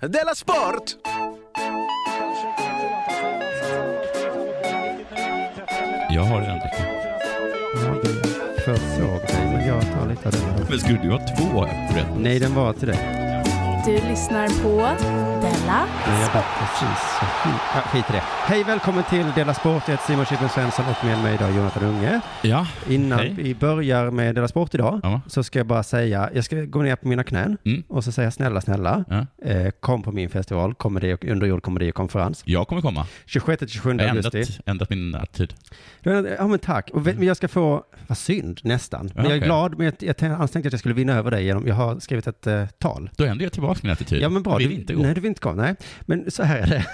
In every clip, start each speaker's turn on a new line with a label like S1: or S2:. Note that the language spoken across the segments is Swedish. S1: Della Sport!
S2: Jag har en dricka.
S3: Ja, du förutsåg mig, men jag tar lite av den.
S2: Men skulle du ha två rätt?
S3: Nej, den var till dig.
S4: Du lyssnar på Della
S3: Men jag vet precis. så fint. Ja, skit i det. Hej, välkommen till Dela Sport. Jag heter Simon Chippen Svensson och med mig idag är Jonathan Unge.
S2: Ja.
S3: Innan
S2: Hej.
S3: vi börjar med Dela Sport idag
S2: Ja.
S3: så ska jag bara säga, jag ska gå ner på mina knän
S2: Mm.
S3: och så säga snälla, snälla,
S2: Ja.
S3: eh, kom på min festival, komedi och, underjord komedi och konferens.
S2: Jag kommer komma.
S3: 26-27
S2: Jag har
S3: augusti.
S2: ändrat, ändrat min attityd.
S3: Du har- Ja men tack. Och vet, men jag ska få, vad synd nästan. Men
S2: Ja,
S3: jag är
S2: okej.
S3: glad, men jag, jag tänkte annars tänkte jag att jag skulle vinna över dig genom, jag har skrivit ett eh, tal.
S2: Då ändrar jag tillbaka min attityd.
S3: Ja men bra.
S2: typ. Jag Vill
S3: Du-
S2: inte gå.
S3: Nej, du vill inte gå. Nej, men så här är det.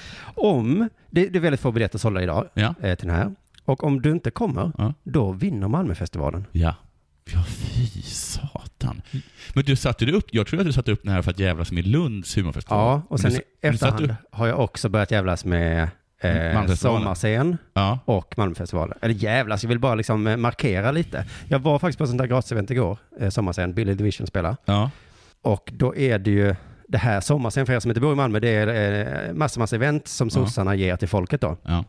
S3: om, det, det är väldigt få biljetter sålda idag
S2: Ja.
S3: eh, till den här. Och om du inte kommer,
S2: Ja.
S3: då vinner Malmöfestivalen.
S2: Ja. Ja, fy satan. Men du satte du upp, jag tror att du satte upp den här för att jävlas med Lunds humorfestival.
S3: Ja, och sen
S2: Men du
S3: i
S2: sa- men du satte
S3: efterhand har jag också börjat jävlas med eh,
S2: Malmöfestivalen.
S3: sommarscen
S2: Ja.
S3: och Malmöfestivalen. Eller jävlas, jag vill bara liksom eh, markera lite. Jag var faktiskt på ett sånt där gratisevent igår, eh, sommarscen, Billy Division spelar.
S2: Ja.
S3: Och då är det ju det här sommarscen för er som inte bor i Malmö, det är eh, massa, massa event som sossarna ger till folket då.
S2: Ja.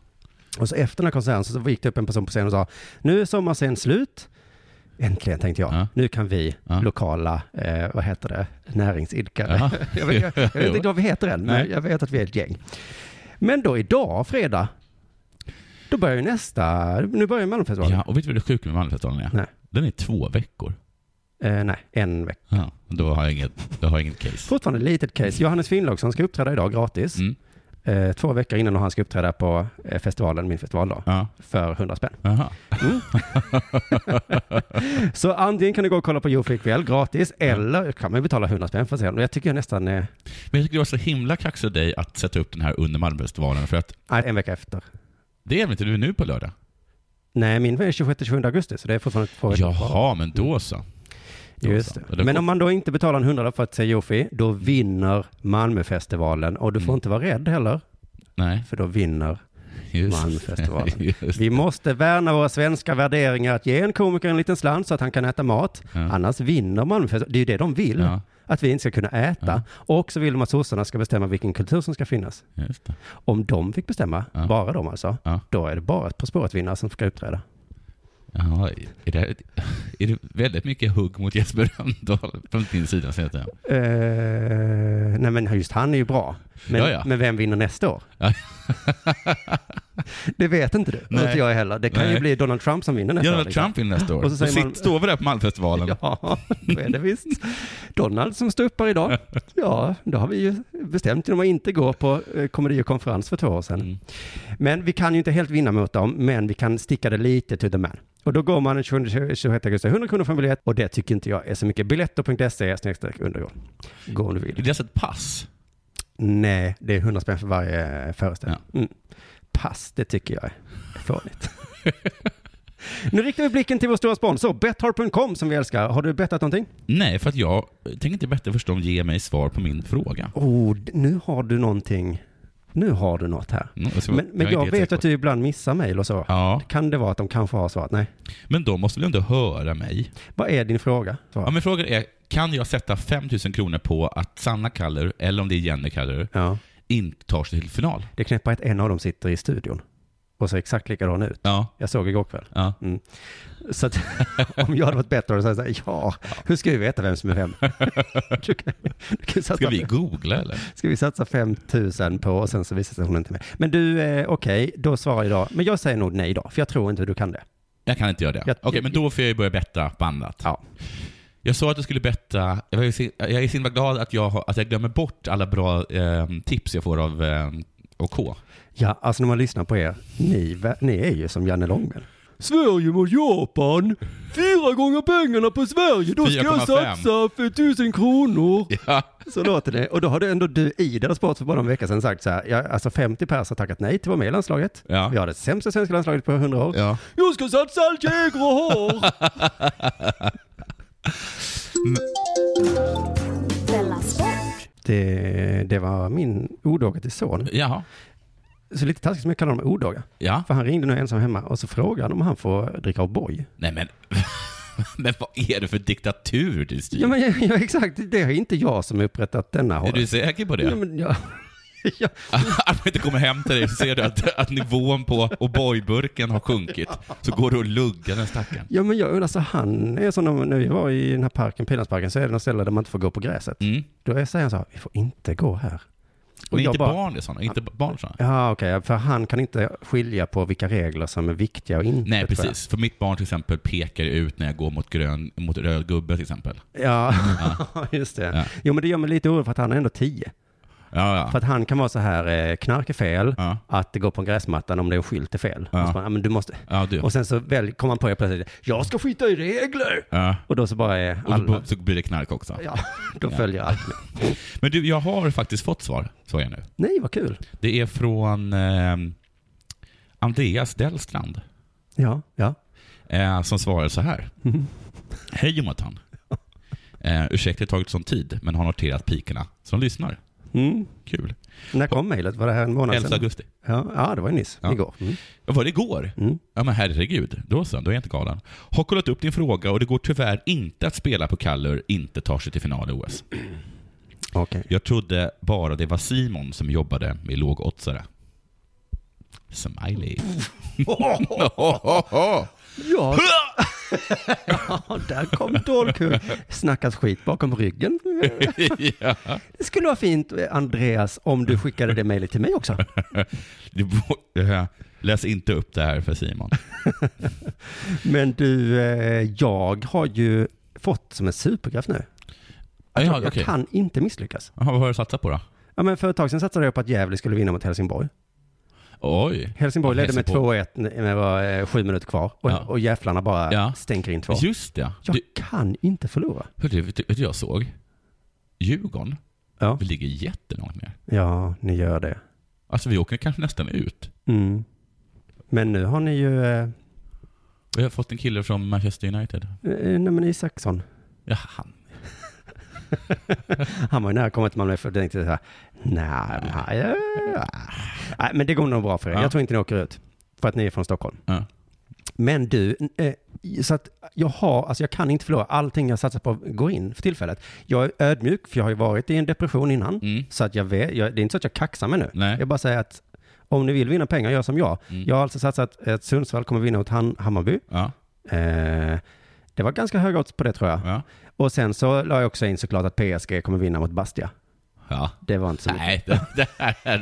S3: Och så efter den här konserten så gick det upp en person på scenen och sa, nu är sommarscen slut. Äntligen tänkte jag,
S2: Ja.
S3: nu kan vi
S2: Ja.
S3: lokala, eh, vad heter det, näringsidkare.
S2: Ja.
S3: jag, vet, jag, jag vet inte vad vi heter än, men
S2: Nej.
S3: jag vet att vi är ett gäng. Men då idag, fredag, då börjar ju nästa, nu börjar ju Malmöfestivalen.
S2: ja. Och vet du vad det sjuka med Malmöfestivalen är?
S3: Nej.
S2: Den är två veckor.
S3: Eh, nej, en vecka.
S2: Ja. Då har jag inget, då har jag inget case.
S3: Fortfarande ett litet case. Johannes Finnlaugsson ska uppträda idag gratis.
S2: Mm.
S3: Eh, två veckor innan han ska uppträda på eh, festivalen, min festival då,
S2: Ja.
S3: för 100 spänn.
S2: Jaha.
S3: Så antingen kan du gå och kolla på Jofi ikväll gratis, eller kan man betala 100 spänn för att se honom. Jag tycker nästan eh,
S2: Men jag tycker det var så himla kaxigt av dig att sätta upp den här under Malmöfestivalen för att
S3: nej, en vecka efter.
S2: det är väl inte du nu på lördag?
S3: Nej, min var 26-27 augusti, så det är fortfarande två veckor kvar.
S2: Jaha, men då så. Då
S3: Just
S2: så.
S3: det.
S2: Och då-
S3: Men om man då inte betalar en hundralapp för att se Jofi, då vinner Malmöfestivalen. Och du får
S2: Mm.
S3: inte vara rädd heller,
S2: Nej,
S3: för då vinner.
S2: just
S3: Malmöfestivalen.
S2: just.
S3: Vi måste värna våra svenska värderingar att ge en komiker en liten slant så att han kan äta mat.
S2: Ja.
S3: Annars vinner Malmöfestivalen. Det är ju det de vill.
S2: Ja,
S3: Att vi inte ska kunna äta. Och så vill de att sossarna ska bestämma vilken kultur som ska finnas.
S2: just det.
S3: Om de fick bestämma,
S2: Ja.
S3: bara de alltså,
S2: Ja.
S3: då är det bara ett På spåret-vinnare som ska uppträda.
S2: Jaha, är det, här ett- är det väldigt mycket hugg mot Jesper Rönndahl från din sida? Så att säga?
S3: Eh, nej men just han är ju bra. Men,
S2: Ja, ja.
S3: men vem vinner nästa år?
S2: Ja.
S3: det vet inte du, och
S2: Nej.
S3: inte jag heller. Det kan ju
S2: Nej.
S3: bli Donald Trump som vinner nästa år.
S2: Donald
S3: liksom.
S2: Trump vinner nästa år.
S3: Och
S2: Och
S3: så
S2: så
S3: säger
S2: sitt,
S3: man-
S2: Står vi där på Malmöfestivalen?
S3: Ja, då är det visst. Donald som står upp här idag. Ja, då har vi ju bestämt genom att inte gå på eh, komedi och konferens för två år sedan.
S2: Mm.
S3: Men vi kan ju inte helt vinna mot dem, men vi kan sticka det lite to the man. Och då går man den 20 26 augusti 100 kronor för en biljett och det tycker inte jag är så mycket. Biljetter.se snedstreck underjord. Gå om du
S2: Är
S3: vill.
S2: det alltså ett pass?
S3: Nej, det är 100 spänn för varje föreställning. Mm. Pass, det tycker jag är fånigt. nu riktar vi blicken till vår stora sponsor, Betthard.com som vi älskar. Har du bettat någonting?
S2: Nej, för att jag tänker inte bättre först de ger mig svar på min fråga.
S3: Oh, d- nu har du någonting. Nu har du något här.
S2: Mm, jag ska-
S3: Men, men
S2: är
S3: jag
S2: inte helt
S3: vet
S2: säker
S3: att
S2: på.
S3: du ibland missar mejl och så.
S2: Ja,
S3: Kan det vara att de kanske har svarat nej?
S2: men de måste väl ändå höra mig?
S3: Vad är din fråga? Svar.
S2: Ja, men frågan är, kan jag sätta 5 000 kronor på att Sanna Kaller, eller om det är Jenny Kaller,
S3: Ja.
S2: inte tar sig till final?
S3: Det knäpper att en av dem sitter i studion och ser exakt likadan ut.
S2: Ja,
S3: Jag såg igår kväll.
S2: ja.
S3: Så att, om jag hade varit bättre hade jag sagt så här, ja, hur ska vi veta vem som är vem? du kan, du kan satsa,
S2: Ska vi googla eller?
S3: ska vi satsa 5 000 på och sen så visar sig hon inte med. Men du, eh, okej, då svarar jag idag. Men jag säger nog nej idag, för jag tror inte du kan det.
S2: Jag kan inte göra det.
S3: Jag-
S2: Okej, men då får jag ju börja betta på annat.
S3: Ja.
S2: Jag sa att jag skulle betta. Jag är så- jag är så himla glad att jag, har- att jag glömmer bort alla bra eh, tips jag får av eh, OK.
S3: Ja, alltså när man lyssnar på er, ni, vä- ni är ju som Janne Långben. Sverige mot Japan! Fyra gånger pengarna på Sverige, då
S2: ska jag 4,5. satsa
S3: för tusen kronor!
S2: Ja.
S3: Så låter det. Och då hade ändå du i Della Sport för bara en vecka sedan sagt så här, ja, alltså 50 pers har tackat nej till att vara med i landslaget.
S2: Ja.
S3: Vi har det sämsta svenska landslaget på 100 år.
S2: ja.
S3: Jag ska satsa allt jag äger och har!
S4: Della Sport.
S3: det, det var min odåga till son.
S2: Jaha.
S3: Så lite taskigt som jag kallar honom odåga.
S2: Ja.
S3: För han ringde nu ensam hemma och så frågade han om han får dricka O'boy.
S2: Nej men. Men vad är det för diktatur du styr?
S3: Ja, men, ja, ja, exakt. Det är inte jag som upprättat denna
S2: Är
S3: hårda.
S2: du säker på det?
S3: Ja, men, ja. ja.
S2: Att man inte kommer hem till dig så ser du att, att nivån på O'boy-burken har sjunkit. Så går du och luggar den stackaren.
S3: ja, men jag undrar, så han är som när- när vi var i den här parken, Pilansparken, så är det något ställe där man inte får gå på gräset.
S2: Mm.
S3: Då är- säger han så här, vi får inte gå här.
S2: Men
S3: jag
S2: inte
S3: bara-
S2: barn är sådana. Inte barn är såna.
S3: Ja, okej, för han kan inte skilja på vilka regler som är viktiga och inte.
S2: Nej,
S3: tror jag.
S2: precis. För mitt barn till exempel pekar ut när jag går mot, grön, mot röd gubbe till exempel.
S3: Ja, just det.
S2: Ja.
S3: Jo, men det gör mig lite orolig för att han är ändå tio.
S2: Ja, ja.
S3: För att han kan vara så här, eh, knark är fel,
S2: Ja.
S3: att det går på en gräsmattan om det är skylt är fel.
S2: Ja.
S3: Och, så bara, ja, men du måste...
S2: ja du.
S3: och sen så väl, kommer han på det plötsligt, jag ska skita i regler!
S2: Ja.
S3: Och då så bara är
S2: Och
S3: alla,
S2: så, så blir det knark också.
S3: ja, då följer allt med.
S2: Men du, jag har faktiskt fått svar, såg jag nu.
S3: Nej, vad kul.
S2: Det är från eh, Andreas Dellstrand.
S3: Ja, ja.
S2: eh, som svarade så här.
S3: Mm-hmm.
S2: Hej Jonathan. Eh, ursäkta det tagit sån tid, men har noterat pikerna som lyssnar.
S3: Mm.
S2: Kul.
S3: När kom mejlet? Var det här en månad
S2: 11
S3: sedan?
S2: augusti.
S3: Ja, ja, det var ju nyss,
S2: Ja.
S3: igår. Mm.
S2: Ja, var det igår?
S3: Mm.
S2: Ja men herregud, då så, då är jag inte galen. Har kollat upp din fråga och det går tyvärr inte att spela på Kallur inte tar sig till final i OS.
S3: Okej.
S2: Jag trodde bara det var Simon som jobbade med lågoddsare. Smiley.
S3: Ja. ja, där kom dolkhugg. Snackas skit bakom ryggen.
S2: ja.
S3: Det skulle vara fint, eh, Andreas, om du skickade det mejlet till mig också.
S2: Du borde- eh, Läs inte upp det här för Simon.
S3: Men du, eh, jag har ju fått som en superkraft nu.
S2: Ja,
S3: jag
S2: okej.
S3: kan inte misslyckas.
S2: Jaha, vad har du satsat på då?
S3: Ja, men för ett tag sedan satsade jag på att Gävle skulle vinna mot Helsingborg.
S2: Oj.
S3: Helsingborg ledde med
S2: Helsingborg.
S3: 2-1 när det var eh, sju minuter kvar och,
S2: Ja.
S3: och jävlarna bara
S2: Ja.
S3: stänker in två.
S2: Just det.
S3: Jag
S2: Du,
S3: kan inte förlora.
S2: hörde, vet du vad jag såg? Djurgården,
S3: Ja.
S2: vi ligger jättelångt ner.
S3: ja, ni gör det.
S2: Alltså vi åker kanske nästan ut.
S3: Mm. Men nu har ni ju, eh, eh,
S2: Vi har fått en kille från Manchester United.
S3: nej men Isaksson,
S2: Ja, han.
S3: han var ju nära kommit till Malmö för jag tänkte så här, nej, nej, eh, nej, men det går nog bra för er.
S2: Ja.
S3: Jag tror inte ni åker ut, för att ni är från Stockholm.
S2: Ja.
S3: Men du, eh, så att jag har, alltså jag kan inte förlora. Allting jag satsar på går in för tillfället. Jag är ödmjuk, för jag har ju varit i en depression innan.
S2: Mm.
S3: Så att jag vet, jag, det är inte så att jag kaxar mig nu.
S2: Nej.
S3: Jag bara säger att om ni vill vinna pengar, gör som jag.
S2: Mm.
S3: Jag har alltså satsat att Sundsvall kommer vinna mot Han- Hammarby.
S2: Ja,
S3: Eh, det var ganska höga odds på det tror jag.
S2: ja.
S3: Och sen så la jag också in såklart att PSG kommer vinna mot Bastia.
S2: ja.
S3: Det var inte så mycket.
S2: Nej, det, det här är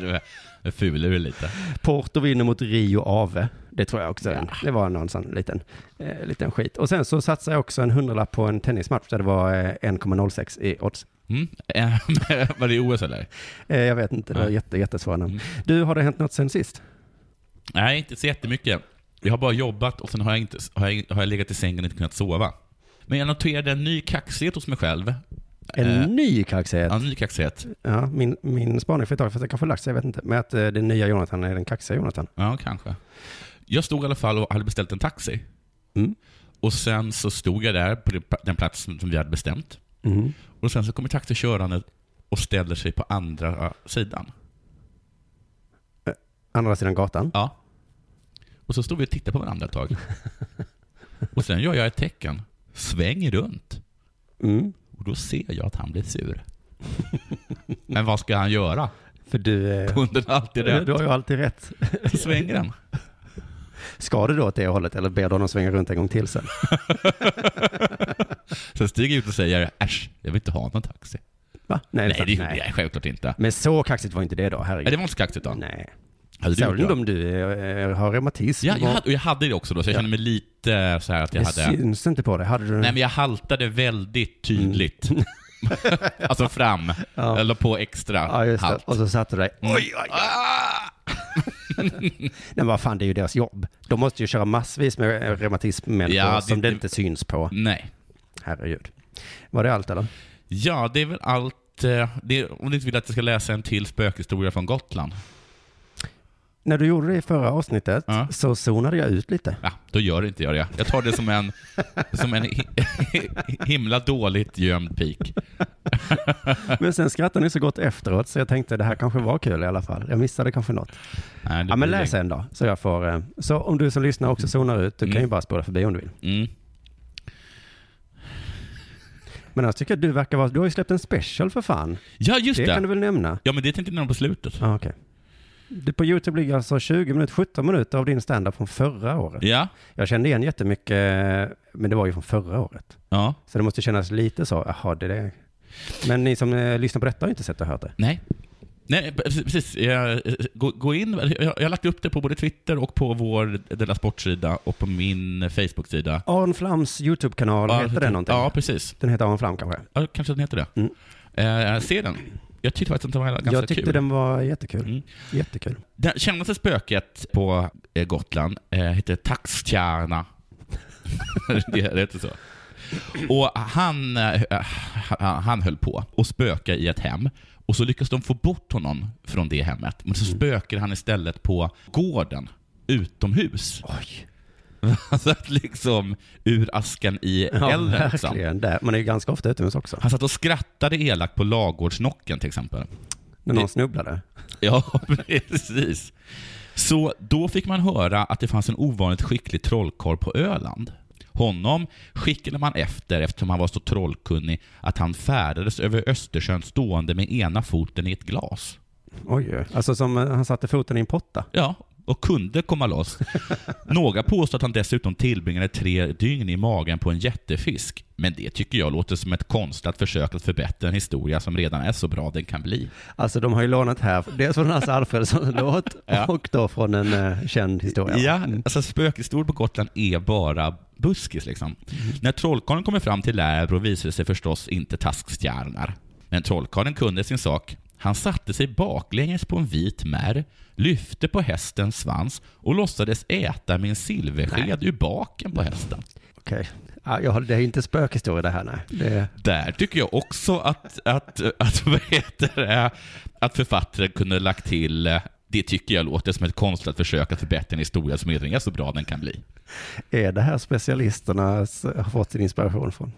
S2: det fular du lite.
S3: Porto vinner mot Rio Ave. Det tror jag också. Det var någon sån liten, eh, liten skit. Och sen så satsade jag också en hundralapp på en tennismatch där det var eh, 1,06 i odds.
S2: Mm. Eh, Var det i OS eller?
S3: Eh, jag vet inte, det var
S2: Nej. Mm.
S3: jätte, jättesvåra namn. Du, har det hänt något sen sist?
S2: Nej, inte så jättemycket. Jag har bara jobbat och sen har jag, inte, har jag, har jag legat i sängen och inte kunnat sova. Men jag noterade en ny kaxighet hos mig själv.
S3: En
S2: Eh,
S3: ny kaxighet.
S2: ja, en ny kaxighet.
S3: Ja, min, min spaning för ett tag, för att det kanske har lagt sig, jag vet inte. Men att eh, den nya Jonathan är den kaxiga Jonathan.
S2: Ja, kanske. Jag stod i alla fall och hade beställt en taxi.
S3: Mm.
S2: Och sen så stod jag där på det- den platsen som vi hade bestämt.
S3: Mm.
S2: Och sen så kommer taxi körande och ställer sig på andra sidan.
S3: Andra sidan gatan.
S2: Ja. Och så stod vi och tittade på varandra ett tag. och sen gör jag ett tecken. Sväng runt.
S3: Mm.
S2: Och då ser jag att han blir sur. Men vad ska han göra?
S3: För du, eh,
S2: Kunden har alltid
S3: du,
S2: rätt.
S3: du har ju alltid rätt.
S2: Så svänger han.
S3: Ska du då åt det hållet eller ber du honom svänga runt en gång till sen?
S2: Sen stiger jag ut och säger äsch, jag vill inte ha någon taxi.
S3: Va? Nej,
S2: Nej,
S3: sant.
S2: det gjorde jag självklart inte.
S3: Men så kaxigt var inte det då, herregud.
S2: Nej, det var inte så kaxigt då.
S3: Nej.
S2: Hade du gjort
S3: Särskilt
S2: det?
S3: om du eh, har reumatism.
S2: Ja, jag,
S3: och-
S2: hade, och jag hade det också då, så jag
S3: Ja.
S2: kände mig lite så här att jag
S3: det
S2: hade...
S3: syns inte på det. Hade du...
S2: Nej, men jag haltade väldigt tydligt. alltså fram.
S3: Mm. Ja.
S2: Jag la på extra
S3: Ja, just det.
S2: halt.
S3: Och så satte du dig.
S2: Mm. Ah!
S3: Nej, men vad fan, det är ju deras jobb. De måste ju köra massvis med eh, reumatism-människor
S2: Ja, det-
S3: som det
S2: det- Mm.
S3: inte syns på.
S2: Nej.
S3: Herregud. Var det allt eller?
S2: Ja, det är väl allt. eh, Det, om du inte vill att jag ska läsa en till spökhistoria från Gotland.
S3: När du gjorde det i förra avsnittet
S2: Ja.
S3: så zonade jag ut lite.
S2: Ja, då gör inte jag det. Jag tar det som en, som en hi- himla dåligt gömd pik.
S3: Men sen skrattade ni så gott efteråt så jag tänkte det här kanske var kul i alla fall. Jag missade kanske något.
S2: Nej, det
S3: Ja men
S2: blir
S3: läs en då så jag får. eh, Så om du som lyssnar också zonar ut, du kan ju bara spola förbi om du vill.
S2: Mm.
S3: Men annars tycker jag att du verkar vara, du har ju släppt en special för fan.
S2: Ja, just
S3: Det
S2: det.
S3: kan du väl nämna?
S2: Ja, men det tänkte jag nämna på slutet.
S3: Ja, okej. Det på YouTube ligger alltså 20 minuter, 17 minuter av din standup från förra året.
S2: Ja,
S3: Jag kände igen jättemycket, men det var ju från förra året.
S2: ja.
S3: Så det måste kännas lite så, jaha, det är det. Men ni som eh, lyssnar på detta har inte sett och hört det.
S2: Nej. Nej, precis- precis. Jag- eh, Gå, gå in. Jag, jag har lagt upp det på både Twitter och på vår Della Sportsida och på min Facebook-sida.
S3: Aron Flams YouTube-kanal,
S2: Ja,
S3: heter den någonting?
S2: Ja, precis.
S3: Den heter Aron Flam kanske?
S2: Ja, kanske den heter det.
S3: Mm.
S2: Eh, se den. Jag tyckte faktiskt att den var ganska
S3: jag tyckte
S2: kul.
S3: den var jättekul.
S2: Mm.
S3: Jättekul.
S2: Det kändaste spöket på eh, Gotland eh, heter Taxtjärna. det, det heter så. Och han, eh, han, han höll på och spöka i ett hem. Och så lyckas de få bort honom från det hemmet. Men så
S3: Mm.
S2: spökar han istället på gården utomhus.
S3: Oj,
S2: så att liksom ur askan i
S3: ja,
S2: elden. Liksom.
S3: verkligen. Där. Man är ju ganska ofta utomhus också.
S2: Han satt och skrattade elakt på lagårdsnocken till exempel.
S3: När någon snubblade.
S2: Ja, precis. Så då fick man höra att det fanns en ovanligt skicklig trollkarl på Öland. Honom skickade man efter eftersom han var så trollkunnig att han färdades över Östersjön stående med ena foten i ett glas.
S3: Oj, oj. alltså som eh, han satte foten i en potta.
S2: Ja, och kunde komma loss. Några påstår att han dessutom tillbringade tre dygn i magen på en jättefisk. Men det tycker jag låter som ett konstlat försök att förbättra en historia som redan är så bra den kan bli.
S3: Alltså de har ju lånat här, dels från Hasse Alfredsons låt
S2: Ja.
S3: och då från en eh, känd historia.
S2: Ja, alltså spökhistorier på Gotland är bara buskis liksom. När trollkarlen kommer fram till Lärbro visade det sig förstås inte taskstjärnar. Men trollkarlen kunde sin sak. Han satte sig baklänges på en vit märr, lyfte på hästens svans och låtsades äta med en silversked ur baken på hästen.
S3: Okej. Ja, jag har- det är inte spökhistoria det här, nej. Det,
S2: Där tycker jag också att, att, att, vad heter det, att författaren kunde lagt till eh, det tycker jag låter som ett konstlat försök att förbättra en historia som redan är så bra den kan bli.
S3: är det här specialisterna s- har fått sin inspiration från?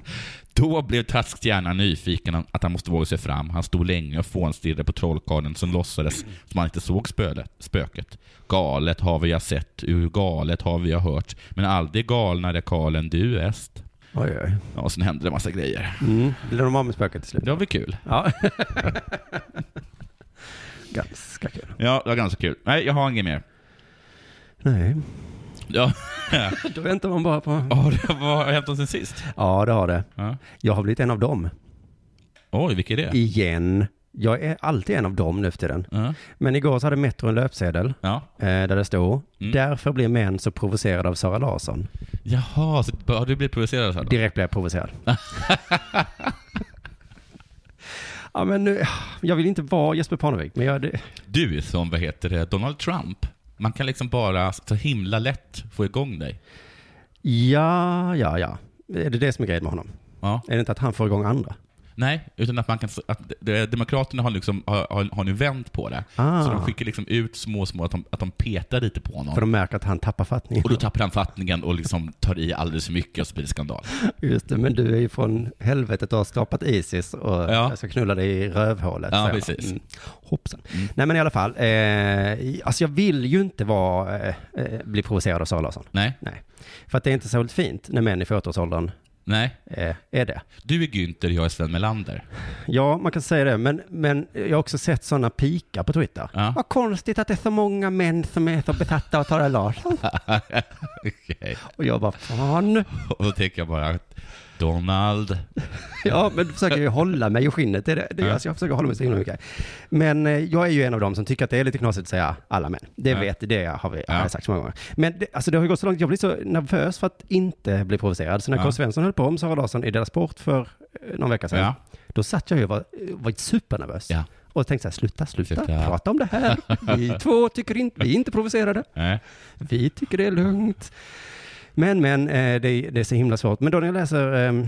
S2: Då blev Tasks hjärna nyfiken att han måste våga sig fram. Han stod länge och fånstirrade på trollkarlen som låtsades som han inte såg spölet, spöket. Galet har vi jag sett, ur galet har vi jag hört, men aldrig galnare karl än du est.
S3: Oj, oj.
S2: Ja, och sen hände det massa grejer.
S3: Mm. Blev de av med spöket till slut?
S2: Det var väl kul?
S3: Ja. Ganska kul.
S2: Ja, det var ganska kul. Nej, jag har inget mer.
S3: Nej,
S2: Ja,
S3: då väntar man bara på...
S2: oh, det var, vad har hänt sen sist?
S3: Ja, det har det.
S2: Ja.
S3: Jag har blivit en av dem.
S2: Oj, vilka är det?
S3: Igen. Jag är alltid en av dem nu för tiden.
S2: Ja.
S3: Men igår så hade Metro en löpsedel
S2: ja.
S3: eh, där det stod
S2: Mm.
S3: Därför blir män så provocerade av Sara Larsson.
S2: Jaha, så har du blivit provocerad så här då?
S3: Direkt blev jag provocerad. ja, men nu, jag vill inte vara Jesper Parnevik, men jag, det,
S2: Du är som, vad heter det, Donald Trump. Man kan liksom bara så himla lätt få igång dig.
S3: ja, ja, ja. Är det det som är grejen med honom?
S2: Ja.
S3: Är det inte att han får igång andra?
S2: Nej, utan att man kan... Att det- demokraterna har, liksom, har, har- har nu vänt på det.
S3: Ah.
S2: Så de skickar liksom ut små, små, att de, att de petar lite på honom.
S3: För de märker att han tappar fattningen.
S2: Och då tappar han fattningen och liksom tar i alldeles för mycket och så blir det skandal.
S3: Just det, men du är ju från helvetet och har skapat Isis och
S2: Ja.
S3: jag ska knulla dig i rövhålet.
S2: Ja,
S3: säger han.
S2: precis. Mm.
S3: Hoppsan. Nej, men i alla fall. Eh, alltså jag vill ju inte vara, eh, eh, bli provocerad av Sara Larsson.
S2: Nej,
S3: Nej. För att det är inte särskilt fint när män i 40-årsåldern
S2: nej.
S3: eh, är det.
S2: Du är Günther, jag är Sven Melander.
S3: Ja, man kan säga det, men, men jag har också sett sådana pikar på Twitter.
S2: Ja.
S3: Vad konstigt att det är så många män som är så besatta av Sara Larsson.
S2: Okej.
S3: Och jag bara, fan.
S2: Och då tänker jag bara att Donald...
S3: Ja, men då försöker jag ju hålla mig i skinnet. Det är det, det, är-
S2: Ja.
S3: alltså, jag försöker hålla mig så himla mycket. Men eh, jag är ju en av dem som tycker att det är lite knasigt att säga alla män. Det
S2: Ja.
S3: vet, det har vi
S2: Ja.
S3: har jag sagt så många gånger. Men det, alltså, det har ju gått så långt, jag blir så nervös för att inte bli provocerad. Så när
S2: Ja.
S3: K. Svensson höll på om Sara Larsson i Della Sport för eh, någon vecka sedan,
S2: Ja.
S3: då satt jag ju och var, var supernervös.
S2: Ja.
S3: Och tänkte så här, sluta, sluta,
S2: Sluta.
S3: prata om det här. Vi två tycker inte, vi är inte provocerade.
S2: Nej.
S3: Vi tycker det är lugnt. Men, men, eh, det, det är så himla svårt. Men då när jag läser eh, den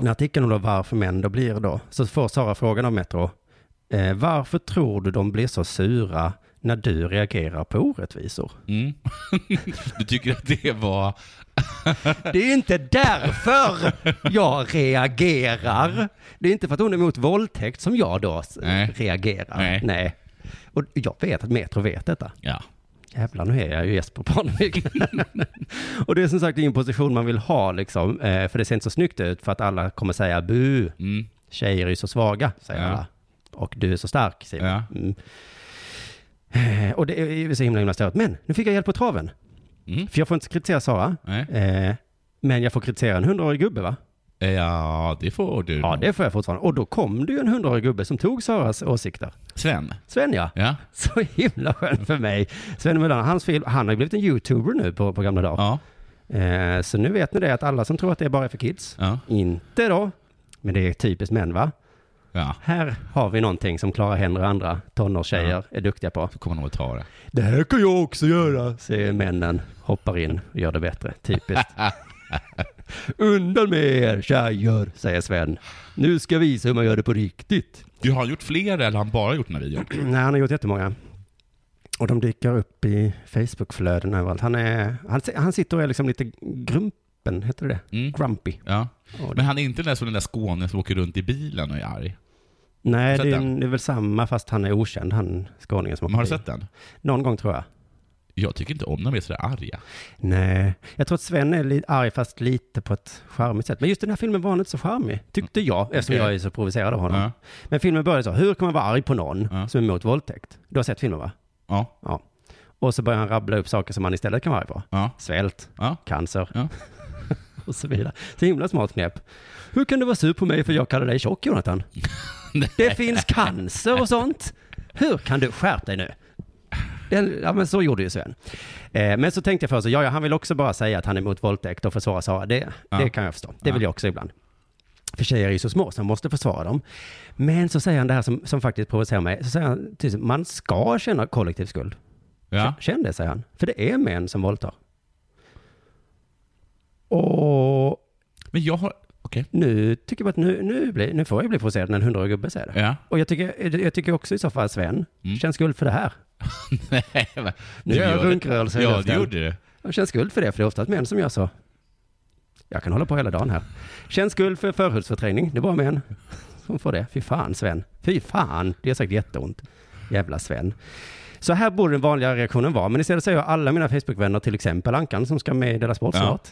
S3: här artikeln om då varför män då blir då, så får Sara frågan av Metro, eh, varför tror du de blir så sura när du reagerar på orättvisor?
S2: Mm. du tycker att det var...
S3: Det är inte därför jag reagerar. Det är inte för att hon är emot våldtäkt som jag då s-
S2: Nej.
S3: reagerar.
S2: Nej.
S3: Och jag vet att Metro vet detta.
S2: Ja.
S3: Jävlar, nu är jag ju Jesper Parnevik. och det är som sagt ingen position man vill ha liksom, eh, för det ser inte så snyggt ut för att alla kommer säga bu,
S2: Mm.
S3: tjejer är ju så svaga, säger
S2: Ja.
S3: alla. Och du är så stark, Simon.
S2: Ja.
S3: Mm. Eh, Och det är ju så himla himla stört. Men nu fick jag hjälp på traven.
S2: Mm.
S3: För jag får inte kritisera Sara.
S2: Nej.
S3: Eh, Men jag får kritisera en hundraårig gubbe va?
S2: Eh, Ja, det får du.
S3: Ja, det får jag fortfarande. Och då kom det ju en hundraårig gubbe som tog Saras åsikter.
S2: Sven.
S3: Sven ja.
S2: Ja.
S3: Så himla skönt för mig. Sven Melander, hans film, han har ju blivit en youtuber nu på, på gamla dagar.
S2: Ja.
S3: Eh, så nu vet ni det att alla som tror att det är bara är för kids,
S2: Ja.
S3: inte då. Men det är typiskt män va?
S2: ja.
S3: Här har vi någonting som Clara Henry och andra tonårstjejer
S2: Ja.
S3: är duktiga på.
S2: Då kommer de att ta det.
S3: Det här kan jag också göra, säger männen, hoppar in och gör det bättre. Typiskt. Undan med er tjejer, säger Sven. Nu ska jag visa hur man gör det på riktigt.
S2: Du har gjort fler eller har han bara gjort den här videon?
S3: Nej, han har gjort jättemånga. Och de dyker upp i Facebookflöden överallt. Han, är, han, han sitter och är liksom lite grumpen, heter det det?
S2: Mm.
S3: Grumpy.
S2: Ja.
S3: Och
S2: Men han är inte den där som den där skåningen som åker runt i bilen och är arg.
S3: Nej,
S2: sett
S3: det är,
S2: den?
S3: det är väl samma fast han är okänd, han skåningen som
S2: Men har du
S3: åker
S2: sett den?
S3: dit. Någon gång tror jag.
S2: Jag tycker inte om när de är sådär arga.
S3: Nej, jag tror att Sven är lite arg fast lite på ett charmigt sätt. Men just den här filmen var han inte så charmig, tyckte jag, eftersom
S2: Okej.
S3: jag är så provocerad av honom.
S2: Ja.
S3: Men filmen börjar så, hur kan man vara arg på någon
S2: Ja.
S3: som är emot våldtäkt? Du har sett filmen va?
S2: Ja.
S3: Ja. Och så börjar han rabbla upp saker som han istället kan vara arg på.
S2: Ja.
S3: Svält,
S2: Ja.
S3: cancer
S2: Ja.
S3: och så vidare. Så himla smart knep. Hur kan du vara sur på mig för jag kallar dig tjock Jonathan? det finns cancer och sånt. Hur kan du skärpa dig nu? Den, ja men så gjorde ju Sven. Eh, men så tänkte jag först, ja, ja han vill också bara säga att han är emot våldtäkt och försvara Sara. Det,
S2: Ja.
S3: det kan jag förstå. Det vill
S2: Ja.
S3: jag också ibland. För tjejer är ju så små så man måste försvara dem. Men så säger han det här som, som faktiskt provocerar mig. Så säger han, typ, man ska känna kollektiv skuld.
S2: Ja.
S3: Känn det, säger han. För det är män som våldtar. Och
S2: Men jag har... Okej.
S3: nu tycker jag att nu, nu, blir, nu får jag bli provocerad när en hundraårig gubbe säger det.
S2: Ja.
S3: Och jag tycker, jag tycker också i så fall Sven,
S2: Mm.
S3: känn skuld för det här.
S2: Nej, men-
S3: Nu gör jag
S2: det.
S3: runkrörelser i
S2: Ja,
S3: luften.
S2: det gjorde du.
S3: Jag känner skuld för det, för det är oftast män som gör så. Jag kan hålla på hela dagen här. Känn skuld för förhudsförträngning, det är bara män som får det. Fy fan Sven, fy fan, det är säkert jätteont. Jävla Sven. Så här borde den vanliga reaktionen vara, men istället säger jag alla mina Facebookvänner, till exempel Ankan som ska med i Della Sport
S2: Ja.
S3: snart.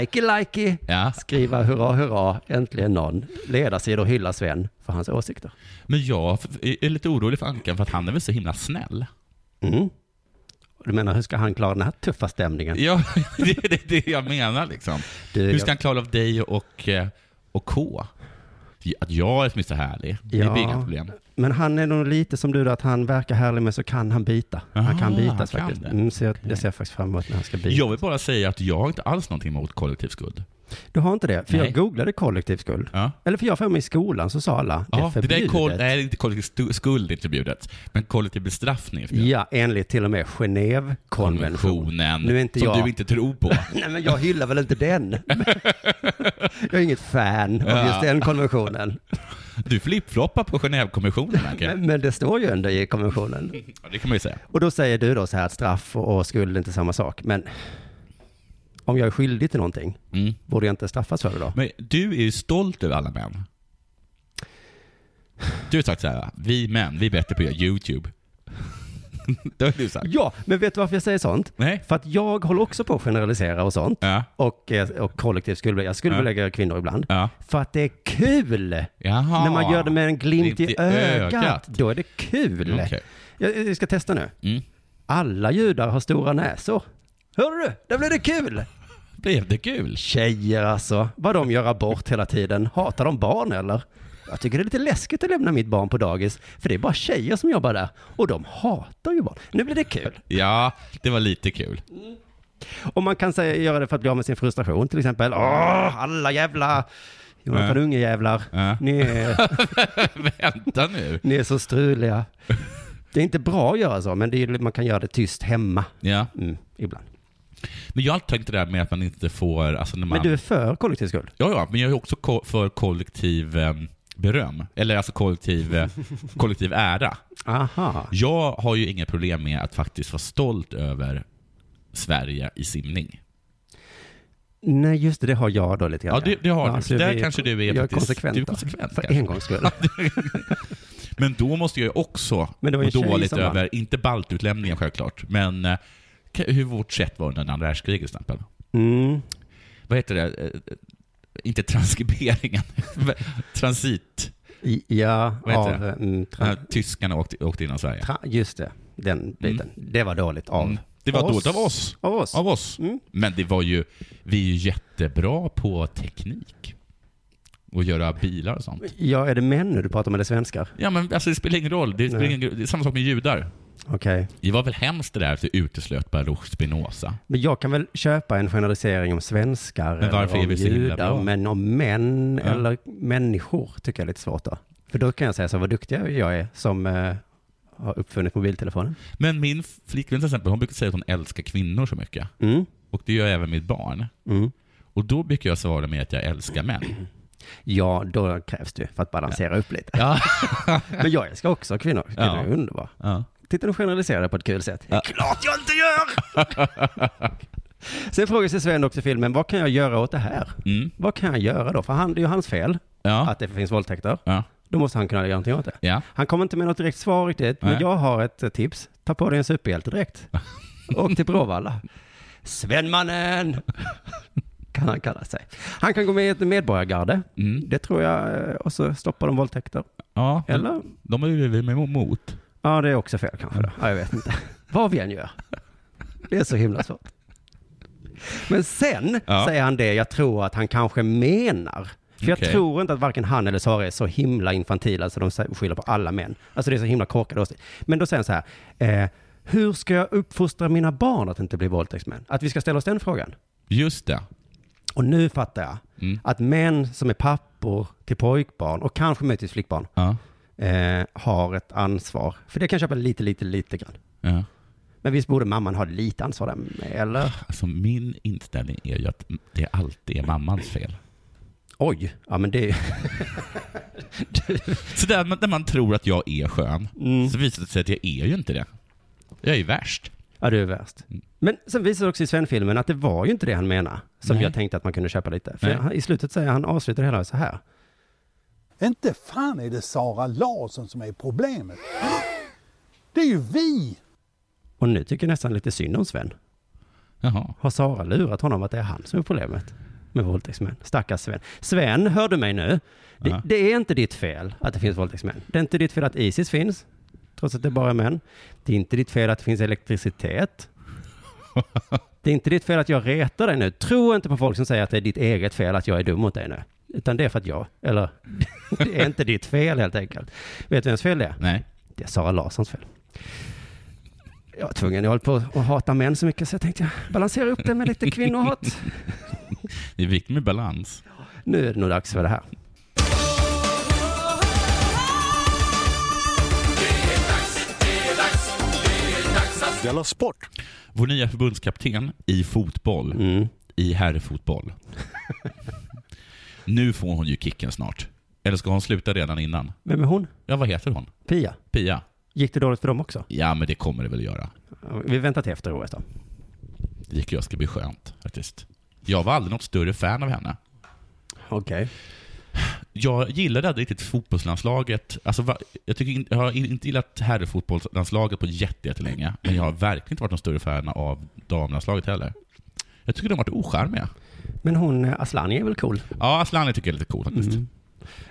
S3: Likey, likey,
S2: Ja.
S3: skriva hurra, hurra, äntligen någon. Ledarsidor hylla Sven för hans åsikter.
S2: Men jag är lite orolig för Ankan för att han är väl så himla snäll.
S3: Mm. Du menar, hur ska han klara den här tuffa stämningen?
S2: Ja, det är det, det jag menar liksom.
S3: Du,
S2: Hur
S3: jag-
S2: ska han klara av dig och, eh, och K? Att jag är som är så härlig, det
S3: Ja.
S2: blir inga problem.
S3: Men han är nog lite som du, där, att han verkar härlig men så kan han bita. han
S2: Aha,
S3: kan
S2: han
S3: bitas
S2: kan
S3: faktiskt.
S2: det.
S3: Mm, så jag, det ser jag faktiskt fram emot när han ska bita.
S2: Jag vill bara säga att jag har inte alls någonting emot kollektiv skuld.
S3: Du har inte det? För
S2: Nej.
S3: jag googlade kollektiv skuld.
S2: Ja.
S3: Eller för jag har för mig i skolan så sa alla, det är
S2: Ja, det, där är
S3: förbjudet.
S2: koll, nej, det är inte kollektiv stu- skuld, det är inte förbjudet. Men kollektiv bestraffning är förbjudet.
S3: ja, enligt till och med Genèvekonvention.
S2: Konventionen,
S3: Nu är inte
S2: som
S3: jag-
S2: du inte tror på.
S3: Nej, men jag hyllar väl inte den. jag är inget fan av
S2: Ja.
S3: just den konventionen.
S2: Du flippfloppar på Genèvekonventionen, Anke.
S3: Men, men det står ju ändå i konventionen.
S2: Ja, det kan man ju säga.
S3: Och då säger du då så här att straff och, och skuld är inte samma sak. Men om jag är skyldig till någonting,
S2: Mm.
S3: borde jag inte straffas för det då?
S2: Men du är ju stolt över alla män. Du har sagt så här, vi män, vi är bättre på att göra YouTube. det har du sagt.
S3: Ja, men vet du varför jag säger sånt?
S2: Nej.
S3: För att jag håller också på att generalisera och sånt.
S2: Ja.
S3: Och, eh, och kollektiv skulle jag skulle
S2: Ja.
S3: belägga kvinnor ibland.
S2: Ja.
S3: För att det är kul!
S2: Jaha.
S3: När man gör det med en glimt i
S2: Glimt i
S3: ögat,
S2: ögat.
S3: då är det kul.
S2: Okej.
S3: Jag, jag ska testa nu.
S2: Mm.
S3: Alla judar har stora näsor. Hör du? Där blev det kul!
S2: Blev det kul?
S3: Tjejer alltså, vad de gör abort hela tiden. Hatar de barn eller? Jag tycker det är lite läskigt att lämna mitt barn på dagis, för det är bara tjejer som jobbar där. Och de hatar ju barn. Nu blir det kul.
S2: Ja, det var lite kul.
S3: Och man kan säga, göra det för att bli av med sin frustration till exempel. Åh, alla jävla Jonathan
S2: Ja.
S3: Unge-jävlar.
S2: Ja.
S3: Ni, är-
S2: Vänta nu.
S3: ni är så struliga. Det är inte bra att göra så, men det är, ju- man kan göra det tyst hemma.
S2: Ja.
S3: Mm, ibland.
S2: Men jag har alltid tänkt det där med att man inte får... Alltså när man...
S3: Men du är för kollektiv skuld?
S2: Ja, ja, men jag är också ko- för kollektiv eh, beröm. Eller alltså kollektiv, eh, kollektiv ära.
S3: Aha.
S2: Jag har ju inga problem med att faktiskt vara stolt över Sverige i simning.
S3: Nej, just det, det har jag då lite grann.
S2: Ja, det, det har du.
S3: så
S2: Där
S3: vi-
S2: kanske du är
S3: jag
S2: faktiskt...
S3: konsekvent.
S2: Du är
S3: då.
S2: konsekvent
S3: För
S2: kanske.
S3: en gångs skull.
S2: Men då måste jag ju också
S3: Men det var ju
S2: må
S3: en tjej
S2: dåligt
S3: som vann.
S2: över, inte baltutlämningen självklart, men eh, k- hur vårt sätt var under andra världskriget till exempel.
S3: Mm.
S2: Vad heter det? Eh, Inte transkriberingen, transit.
S3: I, ja,
S2: Vad
S3: av...
S2: heter det?
S3: Mm,
S2: När
S3: tra,
S2: tyskarna åkte, åkte innan Sverige.
S3: tra, just det, den biten. Det var dåligt av
S2: Mm. Det var
S3: oss.
S2: dåligt av oss.
S3: Av oss.
S2: Av oss.
S3: Mm.
S2: Men det var ju, vi är ju jättebra på teknik. Och göra bilar och sånt.
S3: Ja, är det män nu du pratar om eller svenskar?
S2: Ja men alltså det spelar ingen roll. Det, spelar
S3: Nej.
S2: ingen, det är samma sak med judar.
S3: Okej.
S2: Det var väl hemskt det där att det uteslöt Baruch Spinoza.
S3: Men jag kan väl köpa en generalisering om svenskar
S2: Men varför
S3: eller
S2: är
S3: om
S2: vi så himla bra?
S3: judar, men om män
S2: Ja.
S3: eller människor tycker jag är lite svårt då. För då kan jag säga så, vad duktig jag är som eh, har uppfunnit mobiltelefonen.
S2: Men min flickvän till exempel, hon brukar säga att hon älskar kvinnor så mycket.
S3: Mm.
S2: Och det gör även mitt barn.
S3: Mm.
S2: Och då brukar jag svara med att jag älskar män.
S3: Ja, då krävs det ju för att balansera upp lite.
S2: Ja.
S3: Men jag älskar också kvinnor. Kvinnor
S2: Ja.
S3: är underbara.
S2: ja.
S3: Titta, de generaliserar det på ett kul sätt. Det är klart jag inte gör! Sen frågar sig Sven också i filmen, vad kan jag göra åt det här?
S2: Mm.
S3: Vad kan jag göra då? För han, det är ju hans fel
S2: Ja.
S3: att det finns våldtäkter.
S2: Ja.
S3: Då måste han kunna göra någonting åt det.
S2: Ja.
S3: Han kommer inte med något direkt svar riktigt, men
S2: Nej.
S3: jag har ett eh, tips. Ta på dig en superhjälte direkt. Och till Bråvalla. Svenmannen! Kan han kalla sig. Han kan gå med i ett medborgargarde.
S2: Mm.
S3: Det tror jag. eh, Och så stoppar de våldtäkter.
S2: ja.
S3: Eller?
S2: De är ju vi emot.
S3: Ja, det är också fel kanske då. Ja, jag vet inte. Vad vi än gör. Det är så himla svårt. Men sen
S2: Ja.
S3: säger han det jag tror att han kanske menar. För jag
S2: Okej.
S3: tror inte att varken han eller Sara är så himla infantila så de sä- skyller på alla män. Alltså det är så himla korkade åsikter. Men då säger han så här, eh, hur ska jag uppfostra mina barn att inte bli våldtäktsmän? Att vi ska ställa oss den frågan.
S2: Just det.
S3: Och nu fattar jag
S2: Mm.
S3: att män som är pappor till pojkbarn och kanske möjligtvis flickbarn
S2: Ja.
S3: eh, har ett ansvar. För det kan jag köpa lite, lite, lite grann.
S2: ja.
S3: Men visst borde mamman ha lite ansvar där, med, eller?
S2: Alltså min inställning är ju att det alltid är mammans fel.
S3: Oj, ja men det är
S2: Så där när man tror att jag är skön, så visar det sig att jag är ju inte det. Jag är ju värst.
S3: ja, det är värst.
S2: Mm.
S3: Men sen visar det också i Sven-filmen att det var ju inte det han menade, som
S2: Nej.
S3: jag tänkte att man kunde köpa lite. För
S2: Nej.
S3: han, i slutet säger han, avslutar hela så här.
S1: Inte fan är det Sara Larsson som är problemet. Det är ju vi!
S3: Och nu tycker jag nästan lite synd om Sven.
S2: Jaha.
S3: Har Sara lurat honom att det är han som är problemet med våldtäktsmän? Stackars Sven. Sven, hör du mig nu? Det,
S2: Ja.
S3: det är inte ditt fel att det finns våldtäktsmän. Det är inte ditt fel att Isis finns, trots att det bara är män. Det är inte ditt fel att det finns elektricitet. Det är inte ditt fel att jag retar dig nu. Tro inte på folk som säger att det är ditt eget fel att jag är dum mot dig nu. Utan det är för att jag, eller det är inte ditt fel helt enkelt. Vet du vems fel det är?
S2: Nej.
S3: Det är Sara Larssons fel. Jag var tvungen, jag höll på att hata män så mycket så jag tänkte jag balansera upp det med lite kvinnohat.
S2: Det är viktigt med balans.
S3: Nu är det nog dags för det här.
S1: Della Sport!
S2: Vår nya förbundskapten i fotboll,
S3: Mm.
S2: i herrfotboll. nu får hon ju kicken snart. Eller ska hon sluta redan innan?
S3: Vem är hon?
S2: Ja, vad heter hon?
S3: Pia.
S2: Pia?
S3: Gick det dåligt för dem också?
S2: Ja, men det kommer det väl göra.
S3: Vi väntar till efter OS då.
S2: Det tycker jag ska bli skönt faktiskt. Jag var aldrig något större fan av henne.
S3: Okej.
S2: jag gillade aldrig riktigt fotbollslandslaget. Alltså, va- jag, tycker in, jag har in- inte gillat herrfotbollslandslaget på jätte- jättelänge, men jag har verkligen inte varit någon större fan av damlandslaget heller. Jag tycker de har varit ocharmiga.
S3: Men hon, eh, Aslani är väl cool?
S2: Ja, Asllani tycker jag är lite cool faktiskt.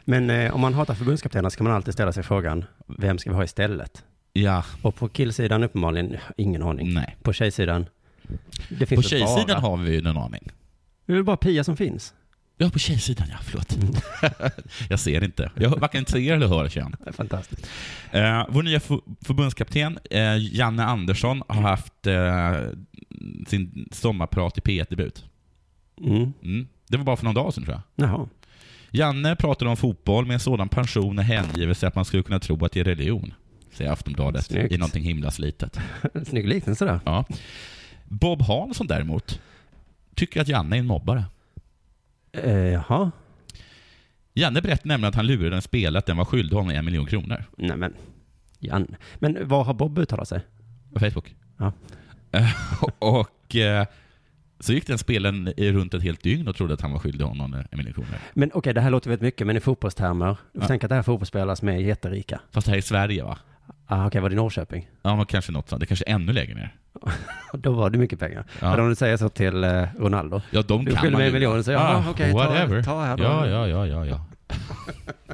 S3: Men eh, om man hatar förbundskaptenen så kan man alltid ställa sig frågan, vem ska vi ha istället?
S2: Ja,
S3: Och på killsidan uppenbarligen, ingen aning.
S2: nej.
S3: På tjejsidan? Det finns
S2: På
S3: väl bara-
S2: tjejsidan har vi ju någon aning.
S3: Det är väl bara Pia som finns?
S2: Ja, på tjejsidan ja, förlåt. jag ser inte. Jag varken ser eller hör kön.
S3: Det är fantastiskt.
S2: Eh, vår nya f- förbundskapten, eh, Janne Andersson, har haft eh, sin sommarprat i P1-debut.
S3: Mm.
S2: Mm. Det var bara för någon dag sedan tror jag.
S3: Jaha.
S2: Janne pratade om fotboll med en sådan passion och hängivelse att man skulle kunna tro att det är religion, säger Aftonbladet
S3: Snyggt.
S2: i någonting himla slitet.
S3: Snygg liknelse där.
S2: Ja. Bob Hansson däremot tycker att Janne är en mobbare.
S3: Eh, jaha.
S2: Janne berättade nämligen att han lurade en spelare att den var skyldig honom en miljon kronor
S3: Nej men, Jan. Men var har Bob uttalat sig?
S2: på Facebook.
S3: Ja.
S2: Eh, och eh, Så gick den spelen i runt ett helt dygn och trodde att han var skyldig honom en miljon kronor.
S3: Men okej, det här låter väldigt mycket, men i fotbollstermer.
S2: Ja.
S3: Tänk att det här är fotbollsspelare som är jätterika.
S2: Fast här i Sverige va?
S3: Ah, okej, var det Norrköping?
S2: Ja, men kanske något sånt. Det kanske är ännu lägre ner.
S3: Då var det mycket pengar.
S2: Ja.
S3: Hade de säger så till eh, Ronaldo?
S2: Ja, de
S3: Du
S2: kan
S3: skyller
S2: man
S3: mig
S2: ju. Ah,
S3: en miljon, så jag, ja, okej, ta-
S2: whatever.
S3: ta här då.
S2: Ja, ja, ja, ja, ja.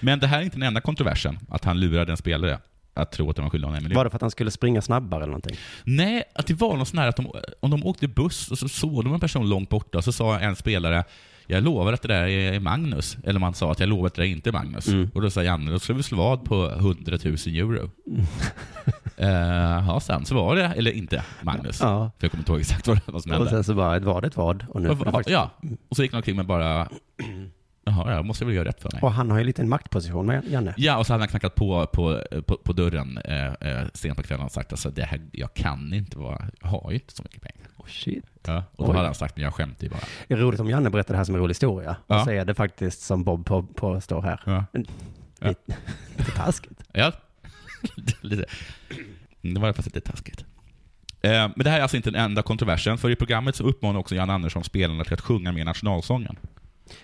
S2: men det här är inte den enda kontroversen, att han lurade en spelare att tro att de var skyldig honom en miljon.
S3: Var det för att han skulle springa snabbare eller någonting?
S2: Nej, att det var någon sån här att de, om de åkte buss och så såg de en person långt borta och så sa en spelare jag lovar att det där är Magnus. Eller man sa att jag lovar att det där inte är Magnus.
S3: Mm.
S2: Och då sa Janne, då ska vi slå vad på 100 000 euro.
S3: Mm.
S2: Eh, ja, sen så var det, eller inte, Magnus.
S3: Ja.
S2: För jag kommer inte ihåg exakt vad det var som
S3: Och
S2: hände.
S3: sen så bara, ett vad, ett vad. Och, nu,
S2: Och- och- ja, och så gick han omkring med bara, jaha, jag måste väl göra rätt för mig.
S3: och han har ju lite en maktposition med Janne.
S2: Ja, och så hade han knackat på, på, på, på dörren eh, eh, sent på kvällen och sagt alltså, det här, jag kan inte vara, jag har ju inte så mycket pengar.
S3: Oh, shit.
S2: Ja, och då
S3: Oj.
S2: hade han sagt, men jag skämtar ju bara.
S3: Det är roligt om Janne berättar det här som en rolig historia.
S2: Ja.
S3: Och så är det faktiskt som Bob på, på står här.
S2: Ja.
S3: Lite, lite taskigt.
S2: Ja. lite. Mm, Det var i alla fall lite taskigt. Eh, Men det här är alltså inte den enda kontroversen, för i programmet så uppmanar också Jan Andersson spelarna till att sjunga med nationalsången.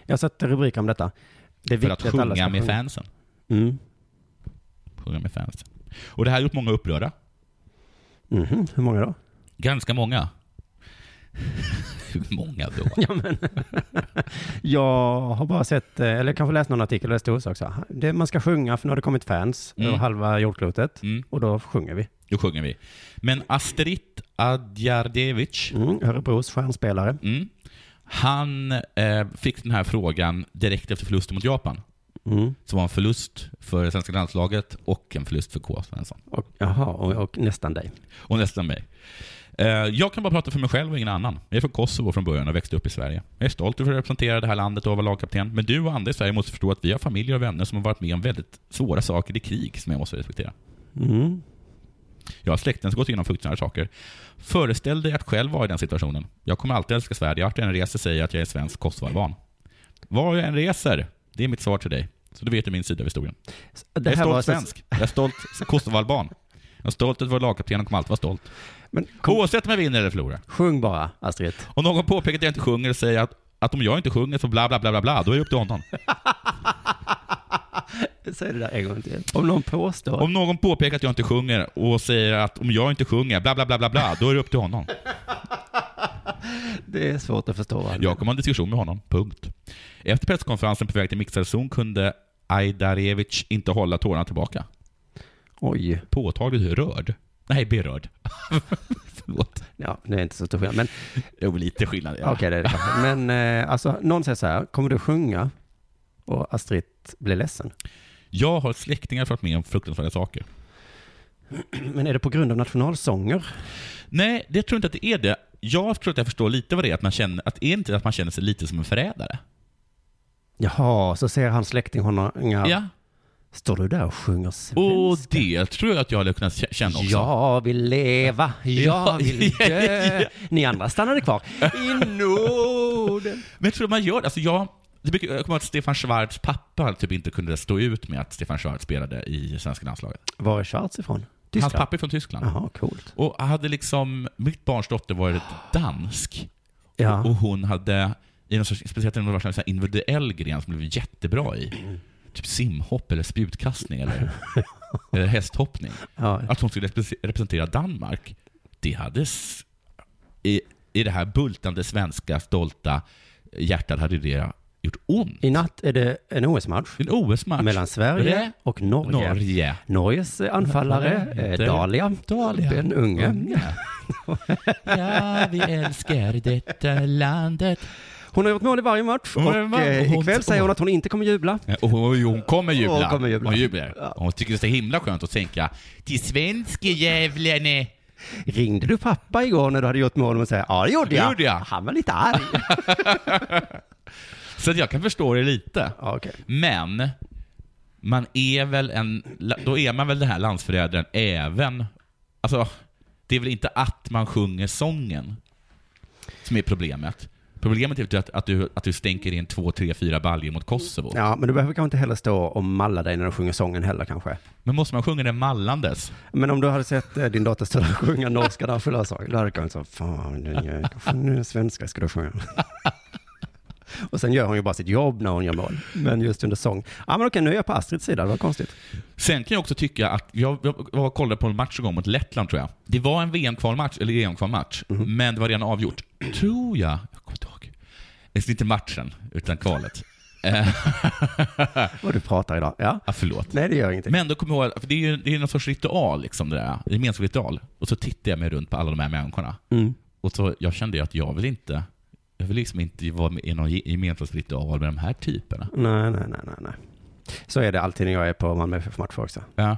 S3: Jag satte rubriker om detta. Det är
S2: För att
S3: viktigt alla
S2: sjunga
S3: ska
S2: med fansen.
S3: Mm.
S2: Sjunga med fansen. Och det här har gjort många upprörda.
S3: Mhm. Hur många då?
S2: Ganska många. Hur många då?
S3: Ja, men. jag har bara sett, eh, eller kanske läst någon artikel där det stod så också. Det, man ska sjunga för nu har det kommit fans
S2: Mm.
S3: över halva jordklotet.
S2: Mm,
S3: Och då sjunger vi.
S2: då sjunger vi. Men Astrit Adjardevic,
S3: Mm. Örebros stjärnspelare.
S2: mm, han eh, fick den här frågan direkt efter förlusten mot Japan.
S3: Mm.
S2: Som var en förlust för det svenska landslaget och en förlust för K. Svensson.
S3: Och, jaha, och, och nästan dig.
S2: Och nästan mig. Eh, Jag kan bara prata för mig själv och ingen annan. Jag är från Kosovo från början och växte upp i Sverige. Jag är stolt över att representera det här landet och vara lagkapten. Men du och andra i Sverige måste förstå att vi har familjer och vänner som har varit med om väldigt svåra saker i krig som jag måste respektera.
S3: Mm.
S2: Jag har släkten som gått igenom fruktansvärda saker. Föreställ dig att själv vara i den situationen. Jag kommer alltid älska Sverige. Vart jag än reser säger jag att jag är svensk kosovoalban. Var jag än reser, det är mitt svar till dig. Så du vet du min sida av historien.
S3: Så Det
S2: Jag är
S3: här var
S2: stolt
S3: alltså-
S2: svensk. Jag är stolt kosovoalban. Jag är stolt över att vara lagkapten och kommer alltid vara stolt.
S3: Men kom,
S2: Oavsett om jag vinner eller förlorar.
S3: sjung bara, Astrid.
S2: Om någon påpekar att jag inte sjunger och säger att, att om jag inte sjunger så bla bla bla bla bla, då är det upp till honom.
S3: Säg det där en gång till. Om någon påstår.
S2: Om någon påpekar att jag inte sjunger och säger att om jag inte sjunger bla bla bla bla bla, då är det upp till honom.
S3: Det är svårt att förstå. vad-
S2: Jag kommer ha en diskussion med honom, punkt. Efter presskonferensen på väg till mixad zon kunde Ajdarevic inte hålla tårarna tillbaka.
S3: Oj.
S2: Påtagligt rörd. Nej, berörd. Förlåt.
S3: Ja, det är inte så stor skillnad. Men
S2: Jo, lite skillnad. Ja.
S3: okej, det är det. kanske. Men eh, alltså, någon säger så här, kommer du sjunga? Och Astrid blir ledsen.
S2: Jag har släktingar som varit med om fruktansvärda saker.
S3: Men är det på grund av nationalsånger?
S2: Nej, det tror jag inte att det är det. Jag tror att jag förstår lite vad det är, att man känner, att är inte att man känner sig lite som en förrädare?
S3: Jaha, så ser han släkting honom. Ja.
S2: ja.
S3: Står du där och sjunger svenska?
S2: Och det tror jag att jag hade kunnat kä- känna också.
S3: Jag vill leva,
S2: Ja,
S3: jag vill
S2: ja, ja,
S3: dö.
S2: ja.
S3: Ni andra stannade kvar. I Norden.
S2: Men jag tror man gör det. Alltså jag, det brukar, jag kommer ihåg att Stefan Schwarz pappa typ inte kunde stå ut med att Stefan Schwarz spelade i svenska landslaget.
S3: Var är Schwarz ifrån?
S2: Hans pappa är från Tyskland.
S3: Jaha, coolt.
S2: Och hade liksom, mitt barns dotter varit dansk
S3: Ja.
S2: och hon hade, i någon sorts, speciellt i någon sorts så här individuell gren som blev jättebra i, typ simhopp eller spjutkastning eller, eller hästhoppning.
S3: Ja.
S2: att hon skulle repre- representera Danmark, det hade s- i, i det här bultande svenska stolta hjärtat hade det gjort ont.
S3: I natt är det en OS-match
S2: En OS-match.
S3: mellan Sverige
S2: Rä-
S3: och Norge.
S2: Norge.
S3: Norges eh, anfallare är
S2: Heter-
S3: Dahlia.
S2: Dahlia. Mm.
S3: Ben Unge.
S2: ja, vi älskar detta landet.
S3: Hon har gjort mål i varje match
S2: Hon
S3: och
S2: har gjort mål.
S3: eh,
S2: Hon-
S3: ikväll säger hon att hon inte kommer jubla.
S2: Och hon, hon kommer jubla.
S3: Hon kommer jubla.
S2: Hon, jublar. hon tycker det är så himla skönt att tänka till svenska jävlarna.
S3: Ringde du pappa igår när du hade gjort mål? Och säger ja det gjorde jag.
S2: Gjorde jag?
S3: Han var lite arg.
S2: Så att jag kan förstå det lite.
S3: ja, okej.
S2: Men man är väl en, då är man väl den här landsförrädaren även, alltså det är väl inte att man sjunger sången som är problemet. Problemet är ju att, att, du, att du stänker in två, tre, fyra baljor mot Kosovo.
S3: Ja, men du behöver kanske inte heller stå och malla dig när du sjunger sången heller kanske.
S2: Men måste man sjunga den mallandes?
S3: Men om du hade sett eh, din dotter stå och sjunga norska nationalsång, då hade du kanske sagt, fan, det är- nu svenska ska du sjunga. Och sen gör hon ju bara sitt jobb när hon gör mål. Men just under sång. Ja men okej, nu är jag på Astrids sida, det var konstigt.
S2: Sen kan jag också tycka att, jag, jag var och kollade på en match en gång mot Lettland tror jag. Det var en VM-kvalmatch, eller EM-kvalmatch, men det var redan avgjort. Tror jag. Jag kommer inte ihåg. Det är inte matchen, utan kvalet.
S3: Vad du pratar idag. Ja.
S2: Ah, förlåt.
S3: Nej, det gör ingenting.
S2: Men då kommer jag ihåg, för det är ju det är någon sorts ritual, liksom det där. Gemensam ritual. Och så tittar jag mig runt på alla de här människorna. Och så, jag kände ju att jag vill inte, jag vill liksom inte vara med i någon ge- gemenskapsritual med de här typerna.
S3: Nej, nej, nej, nej, nej. Så är det alltid när jag är på Malmö FF-matcher också.
S2: Ja.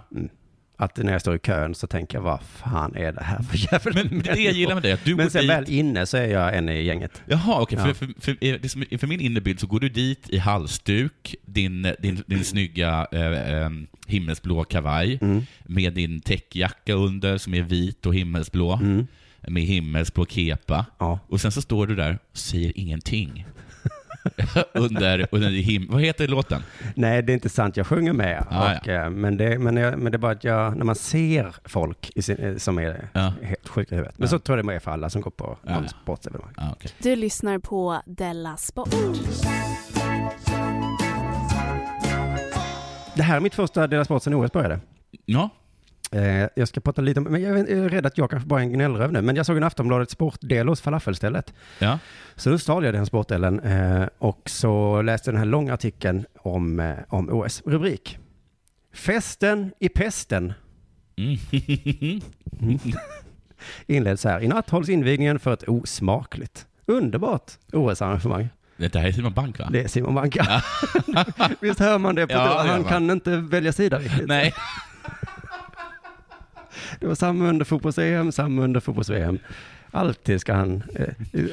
S3: Att när jag står i kön så tänker jag, vad fan är det här för jävla
S2: Men men det är det jag gillar med dig, att du
S3: Men
S2: går
S3: sen
S2: dit...
S3: väl inne så är jag en i gänget.
S2: Jaha, okej.
S3: Ja.
S2: För, för, för, eh, det som- för min innerbild så går du dit i halsduk, din, eh, din, din snygga eh, eh, himmelsblå kavaj,
S3: Mm.
S2: med din täckjacka under som är vit och himmelsblå, med himmelsblå kepa.
S3: Mm. Ja.
S2: Och sen så står du där och säger ingenting. under, under him- Vad heter låten?
S3: Nej, det är inte sant. Jag sjunger med.
S2: Ah,
S3: och, eh, men, det, men, jag, men det är bara att jag, när man ser folk i sin, eh, som är
S2: Ja.
S3: helt sjuka i huvudet. Men så tror jag det är för alla som går på
S2: Ja,
S3: någon
S2: ja.
S3: sportsevenemang.
S2: Ah, okej.
S4: Du lyssnar på Della Sport.
S3: Det här är mitt första Dela Sport sedan OS började.
S2: Ja,
S3: Eh, jag ska prata lite om, men jag vet- jag är rädd att jag kanske bara är en gnällröv nu, men jag såg en Aftonbladet Sportdel hos falafelstället.
S2: ja.
S3: Så då stal jag den sportdelen eh, och så läste jag den här långa artikeln om, eh, om OS. Rubrik. Festen i pesten.
S2: Mm.
S3: inleds här. I natt hålls invigningen för ett osmakligt, underbart OS-arrangemang.
S2: det här är Simon Bank va?
S3: Det är Simon Banka. Visst hör man det? På
S2: Ja, det gör
S3: han
S2: man.
S3: kan inte välja sida riktigt.
S2: Nej.
S3: Det var samma under fotbolls-EM, samma under fotbolls-VM. Alltid ska han, eh,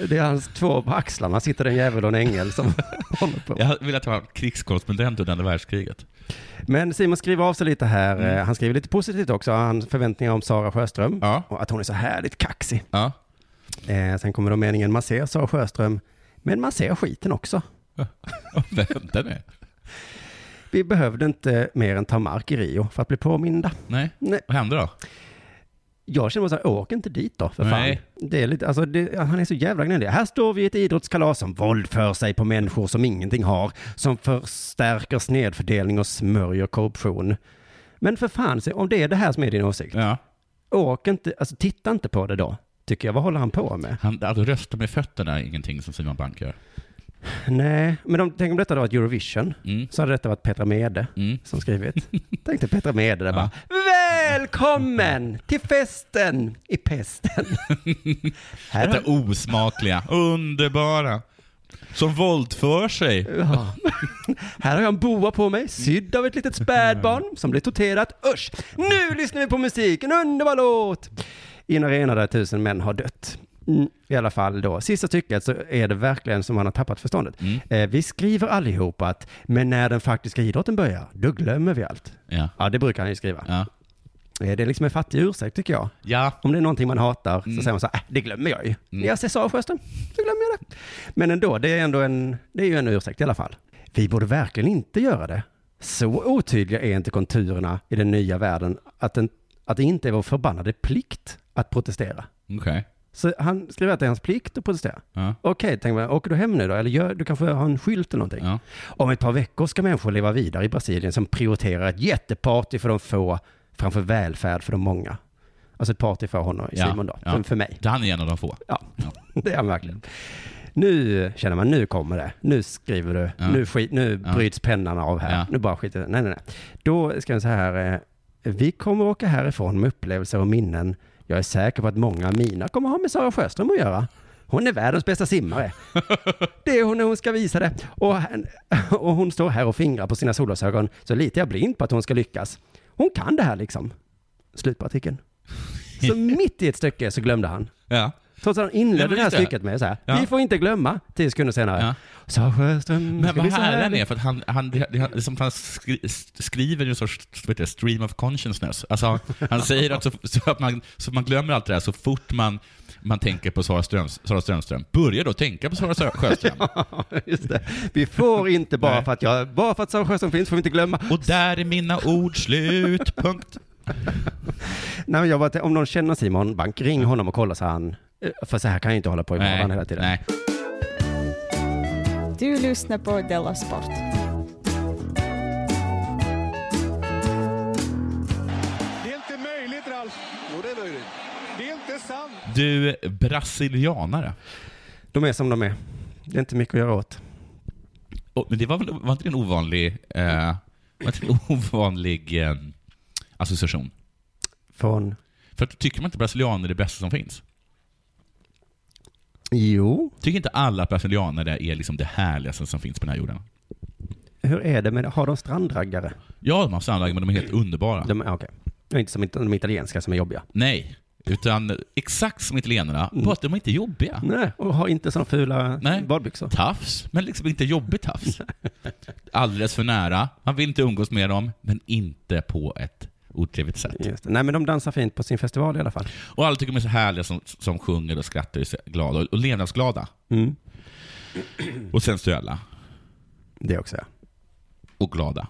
S3: det är hans två på axlarna, sitter en jävel och en ängel som håller på.
S2: Jag hade velat vara krigskorrespondent under andra världskriget.
S3: Men Simon skriver av sig lite här, Eh, han skriver lite positivt också, han har förväntningar om Sara Sjöström,
S2: Mm. Ja.
S3: och att hon är så härligt kaxig.
S2: Ja.
S3: Eh, sen kommer då meningen, man ser Sara Sjöström, men man ser skiten också.
S2: Vänta nu.
S3: Vi behövde inte mer än ta mark i Rio för att bli påminda.
S2: Nej.
S3: Nej.
S2: Vad hände då?
S3: Jag känner bara så här, åk inte dit då, för fan.
S2: Nej.
S3: Det är lite, alltså, det, han är så jävla gnällig. Här står vi i ett idrottskalas som våldför sig på människor som ingenting har, som förstärker snedfördelning och smörjer korruption. Men för fan, se, om det är det här som är din åsikt,
S2: Ja.
S3: åk inte, alltså titta inte på det då, tycker jag. Vad håller han på med?
S2: Han alltså, rösta med fötterna är ingenting som Simon Bank gör.
S3: Nej, men om, tänk om detta då var ett Eurovision,
S2: Mm.
S3: så hade detta varit Petra Mede.
S2: Mm.
S3: som skrivit. Tänk dig Petra Mede
S2: Ja.
S3: där bara. Välkommen till festen i pesten. Här
S2: Detta
S3: har,
S2: osmakliga, underbara, som våldför sig.
S3: ja. här har jag en boa på mig, sydd av ett litet spädbarn som blir torterat. Usch! Nu lyssnar vi på musik, en underbar låt! I en arena där tusen män har dött. Mm, I alla fall då, sista stycket så är det verkligen som han har tappat förståndet.
S2: Mm.
S3: Eh, vi skriver allihop att, men när den faktiska idrotten börjar, då glömmer vi allt.
S2: Ja.
S3: Ja, det brukar han ju skriva.
S2: Ja.
S3: Eh, Det är liksom en fattig ursäkt tycker jag.
S2: ja.
S3: Om det är någonting man hatar så säger man så här, äh, det glömmer jag ju. När jag ser Sara Sjöström, så glömmer jag det. Men ändå, det är, ändå en, det är ju en ursäkt i alla fall. Vi borde verkligen inte göra det. Så otydliga är inte konturerna i den nya världen att, den, att det inte är vår förbannade plikt att protestera.
S2: Okej.
S3: Så han skriver att det är hans plikt att protestera.
S2: Ja.
S3: Okej, tänker man, åker du hem nu då? Eller gör, du kanske har en skylt eller någonting?
S2: Ja.
S3: Om ett par veckor ska människor leva vidare i Brasilien som prioriterar ett jätteparty för de få framför välfärd för de många. Alltså ett party för honom,
S2: Ja,
S3: Simon då,
S2: ja.
S3: för, för mig.
S2: Det Han är en av de få.
S3: Ja, det är han verkligen. Nu känner man, nu kommer det. Nu skriver du.
S2: Ja.
S3: Nu, skit, nu
S2: Ja.
S3: bryts pennan av här.
S2: Ja.
S3: Nu bara skiter jag i det. Nej, nej, nej. Då ska jag säga här. eh, Vi kommer åka härifrån med upplevelser och minnen. Jag är säker på att många av mina kommer ha med Sara Sjöström att göra. Hon är världens bästa simmare. Det är hon när hon ska visa det. Och, han- och hon står här och fingrar på sina solglasögon. Så litar jag blind på att hon ska lyckas. Hon kan det här liksom. Slut på artikeln. Så mitt i ett stycke så glömde han.
S2: Ja.
S3: Trots att han
S2: Nej,
S3: inledde
S2: men
S3: det här
S2: just det.
S3: stycket med så här.
S2: Ja.
S3: Vi får inte glömma, tio sekunder senare.
S2: Ja.
S3: Sara Sjöström
S2: Men
S3: ska
S2: vad
S3: bli så
S2: härlig han
S3: härlig.
S2: är, för att han, han, det, det, det är som att han skri, skriver en sorts vad heter det, stream of consciousness. Alltså, han säger att, så, så att man, så man glömmer allt det där så fort man man tänker på Sara, Ströms, Sara Strömström, börja då tänka på Sara Sö- Sjöström.
S3: Just det. Vi får inte bara
S2: Nej.
S3: för att jag, bara för att Sara Sjöström finns får vi inte glömma.
S2: Och där är mina ord slut. Punkt.
S3: Nej, men jag bara, om någon känner Simon Bank, ring honom och kolla så han, eh, för så här kan jag inte hålla på i vardagen hela tiden.
S2: nej.
S5: Du lyssnar på Della Sport.
S6: Det är inte möjligt, Ralf. Jo, det är möjligt. Det är inte sant.
S2: Du, brasilianare.
S3: De är som de är. Det är inte mycket att göra åt.
S2: Och, men det var väl var inte det en ovanlig, eh, var inte det en ovanlig eh, association?
S3: Från,
S2: För att, tycker man inte brasilianer är det bästa som finns?
S3: jo,
S2: Tycker inte alla att brasilianare är liksom det härligaste som finns på den här jorden?
S3: hur är det med, har de strandraggare?
S2: Ja, de har samlag, men de är helt underbara.
S3: De, ja, okej. Det är inte som it- de italienska som är jobbiga.
S2: Nej, utan exakt som italienarna, bara att de är inte jobbiga.
S3: Nej, och har inte sådana fula
S2: Nej.
S3: badbyxor.
S2: Tafs, men liksom inte jobbigt tafs. Alldeles för nära, man vill inte umgås med dem, men inte på ett otrevligt sätt.
S3: Just det. Nej, men de dansar fint på sin festival i alla fall.
S2: Och alla tycker de är så härliga som, som sjunger och skrattar och är så glada och, och levnadsglada.
S3: Mm.
S2: Och sensuella
S3: Det också, ja.
S2: och glada.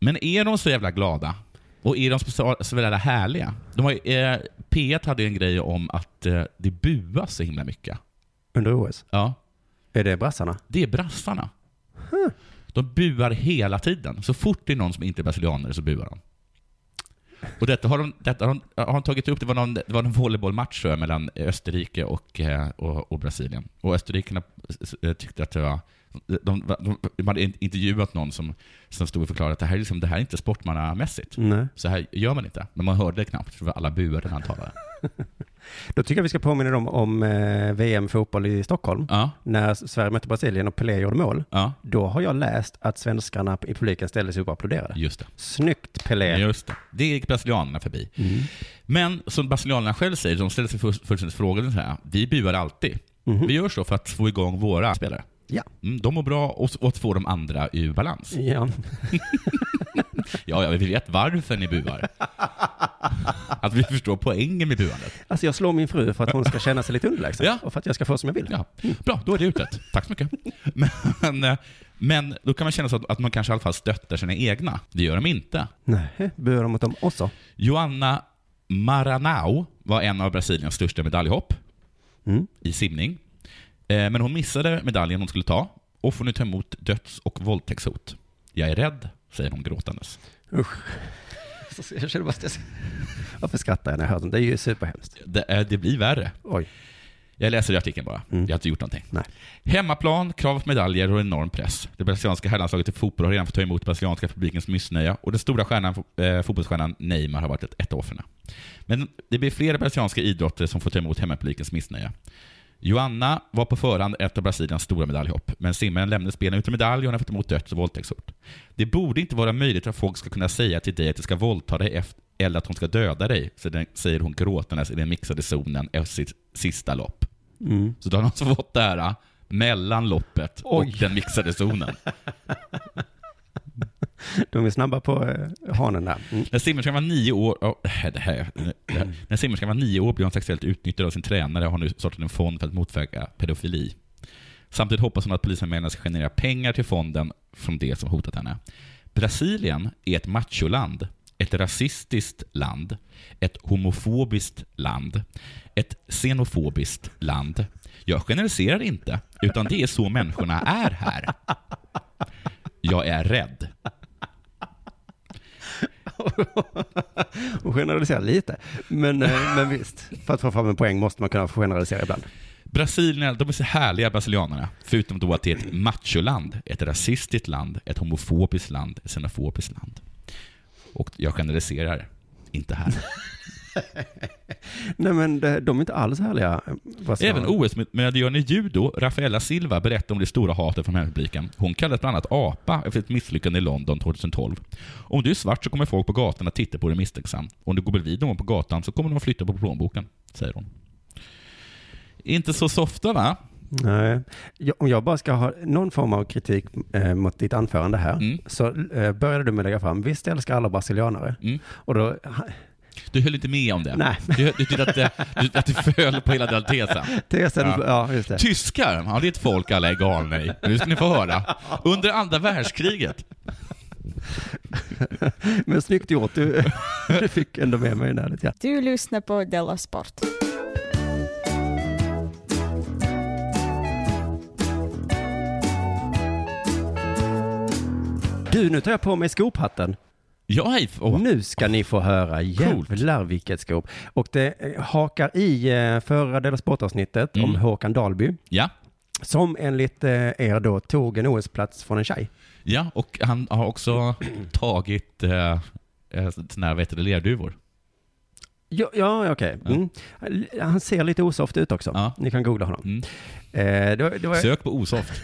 S2: Men är de så jävla glada? Och är de så, så jävla härliga? De har, ju, eh, P1 hade ju en grej om att eh, det buas så himla mycket.
S3: Under OS.
S2: Ja.
S3: Är det brassarna?
S2: Det är brassarna. De buar hela tiden. Så fort det är någon som inte är brasilianare så buar de. Och detta har de, detta har de, har de tagit upp. Det var någon, det var någon volleybollmatch tror jag, mellan Österrike och, eh, och, och Brasilien. Och österrikerna eh, tyckte att det var... De, de, de hade in- intervjuat någon som, som stod och förklarade att det här, är liksom, det här är inte sportmannamässigt.
S3: Nej.
S2: Så här gör man inte. Men man hörde det knappt, för alla buade när han talade.
S3: Då tycker jag vi ska påminna dem om eh, VM-fotboll i Stockholm.
S2: Ja,
S3: När Sverige mötte Brasilien och Pelé gjorde mål.
S2: ja.
S3: Då har jag läst att svenskarna i publiken ställde sig upp och applåderade.
S2: Just det.
S3: Snyggt Pelé.
S2: Just det. Eh, Mm. Det gick brasilianerna förbi. Men som brasilianerna själv säger, de ställer sig först- fullständigt frågan så här. Vi buar alltid. Vi gör så för att få igång våra spelare.
S3: Ja.
S2: Mm, de mår bra och, och att få de andra ur balans.
S3: Ja.
S2: Ja, ja, vi vet varför ni buar. Att vi förstår poängen med buandet.
S3: Alltså jag slår min fru för att hon ska känna sig lite underlägsen.
S2: Ja.
S3: Och för att jag ska få som jag vill.
S2: Ja, bra, då är det utrett. Tack så mycket. Men, eh, men då kan man känna så att, att man kanske i alla fall stöttar sina egna. Det gör de inte.
S3: Nej, buar de mot dem också?
S2: Joanna Maranao var en av Brasiliens största medaljhopp i simning. Eh, Men hon missade medaljen hon skulle ta och får nu ta emot döds och våldtäktshot. Jag är rädd, säger hon gråtandes.
S3: Usch. Så Jag känner bara stress. Varför skrattar jag när jag hör sånt? Det är ju superhemskt.
S2: Det, eh, det blir värre.
S3: Oj.
S2: Jag läser i artikeln bara. Jag har inte gjort någonting.
S3: Nej.
S2: Hemmaplan, krav på medaljer och enorm press. Det brasilianska herrlandslaget i fotboll har redan fått ta emot brasilianska publikens missnöje och den stora stjärnan, eh, fotbollsstjärnan Neymar har varit ett, ett av offren. Men det blir flera brasilianska idrotter som får ta emot hemmapublikens missnöje. Joanna var på förhand ett av Brasiliens stora medaljhopp, men simmaren lämnade spelen utan medalj och hon har fått emot döds och våldtäktshot. Det borde inte vara möjligt att folk ska kunna säga till dig att de ska våldta dig efter, eller att hon ska döda dig, så den, säger hon gråtandes i den mixade zonen efter sitt sista lopp. Så då har han alltså fått det här ah, mellan loppet
S3: Oj.
S2: och den mixade zonen.
S3: De är snabba på eh, hanen där. Mm.
S2: När simmerskan var nio år, oh, det här, det här. När simmerskan var nio år blev hon sexuellt utnyttjad av sin tränare och har nu startat en fond för att motverka pedofili. Samtidigt hoppas hon att polisanmälan ska generera pengar till fonden från det som hotat henne. Brasilien är ett macholand, ett rasistiskt land, ett homofobiskt land, ett xenofobiskt land. Jag generaliserar inte, utan det är så människorna är här. Jag är rädd.
S3: Och generalisera lite. Men, eh, men visst, för att få fram en poäng måste man kunna få generalisera ibland.
S2: Brasilien, de är så härliga brasilianerna. Förutom då att det är ett macholand, ett rasistiskt land, ett homofobiskt land, ett xenofobiskt land. Och jag generaliserar, inte här.
S3: Nej men eh, de är inte alls härliga. eh, vad
S2: Även
S3: sa-
S2: OS-medaljören i judo, Rafaela Silva, berättar om det stora hatet från hempubliken. Hon kallades bland annat apa efter ett misslyckande i London 2012. Om du är svart så kommer folk på gatan att titta på dig misstänksamt. Om du går bredvid någon på gatan så kommer de att flytta på plånboken, säger hon. Inte så softa va?
S3: Nej. Jag- Om jag bara ska ha någon form av kritik eh, mot ditt anförande här,
S2: Mm.
S3: så eh, började du med att lägga fram, visst älskar alla brasilianare?
S2: Mm.
S3: Och då, ha-
S2: Du höll inte med om det?
S3: Nej.
S2: Du, du tyckte att det, du, att det föll på hela den tesen?
S3: Tesen,
S2: Ja.
S3: ja. just det.
S2: Tyskar, ja det är ett folk alla är galna i. Nu ska ni få höra. Under andra världskriget.
S3: Men snyggt gjort, du, du fick ändå med mig där lite grann.
S5: Du lyssnar på Della Sport.
S3: Du, nu tar jag på mig skopatten.
S2: Ja, hej. Oh.
S3: Nu ska ni få höra. Jävlar vilket skop. Och det eh, hakar i eh, förra Della Sport-avsnittet om
S2: Mm.
S3: Håkan Dalby,
S2: Ja.
S3: som enligt eh, er då tog en OS-plats från en tjej.
S2: ja, och han har också tagit eh, eh, såna här, vad heter det, lerduvor.
S3: Ja, ja okej. Mm. Han ser lite osoft ut också.
S2: Ja.
S3: Ni kan googla honom.
S2: Mm.
S3: Eh, det, var, det, var,
S2: Sök på osoft.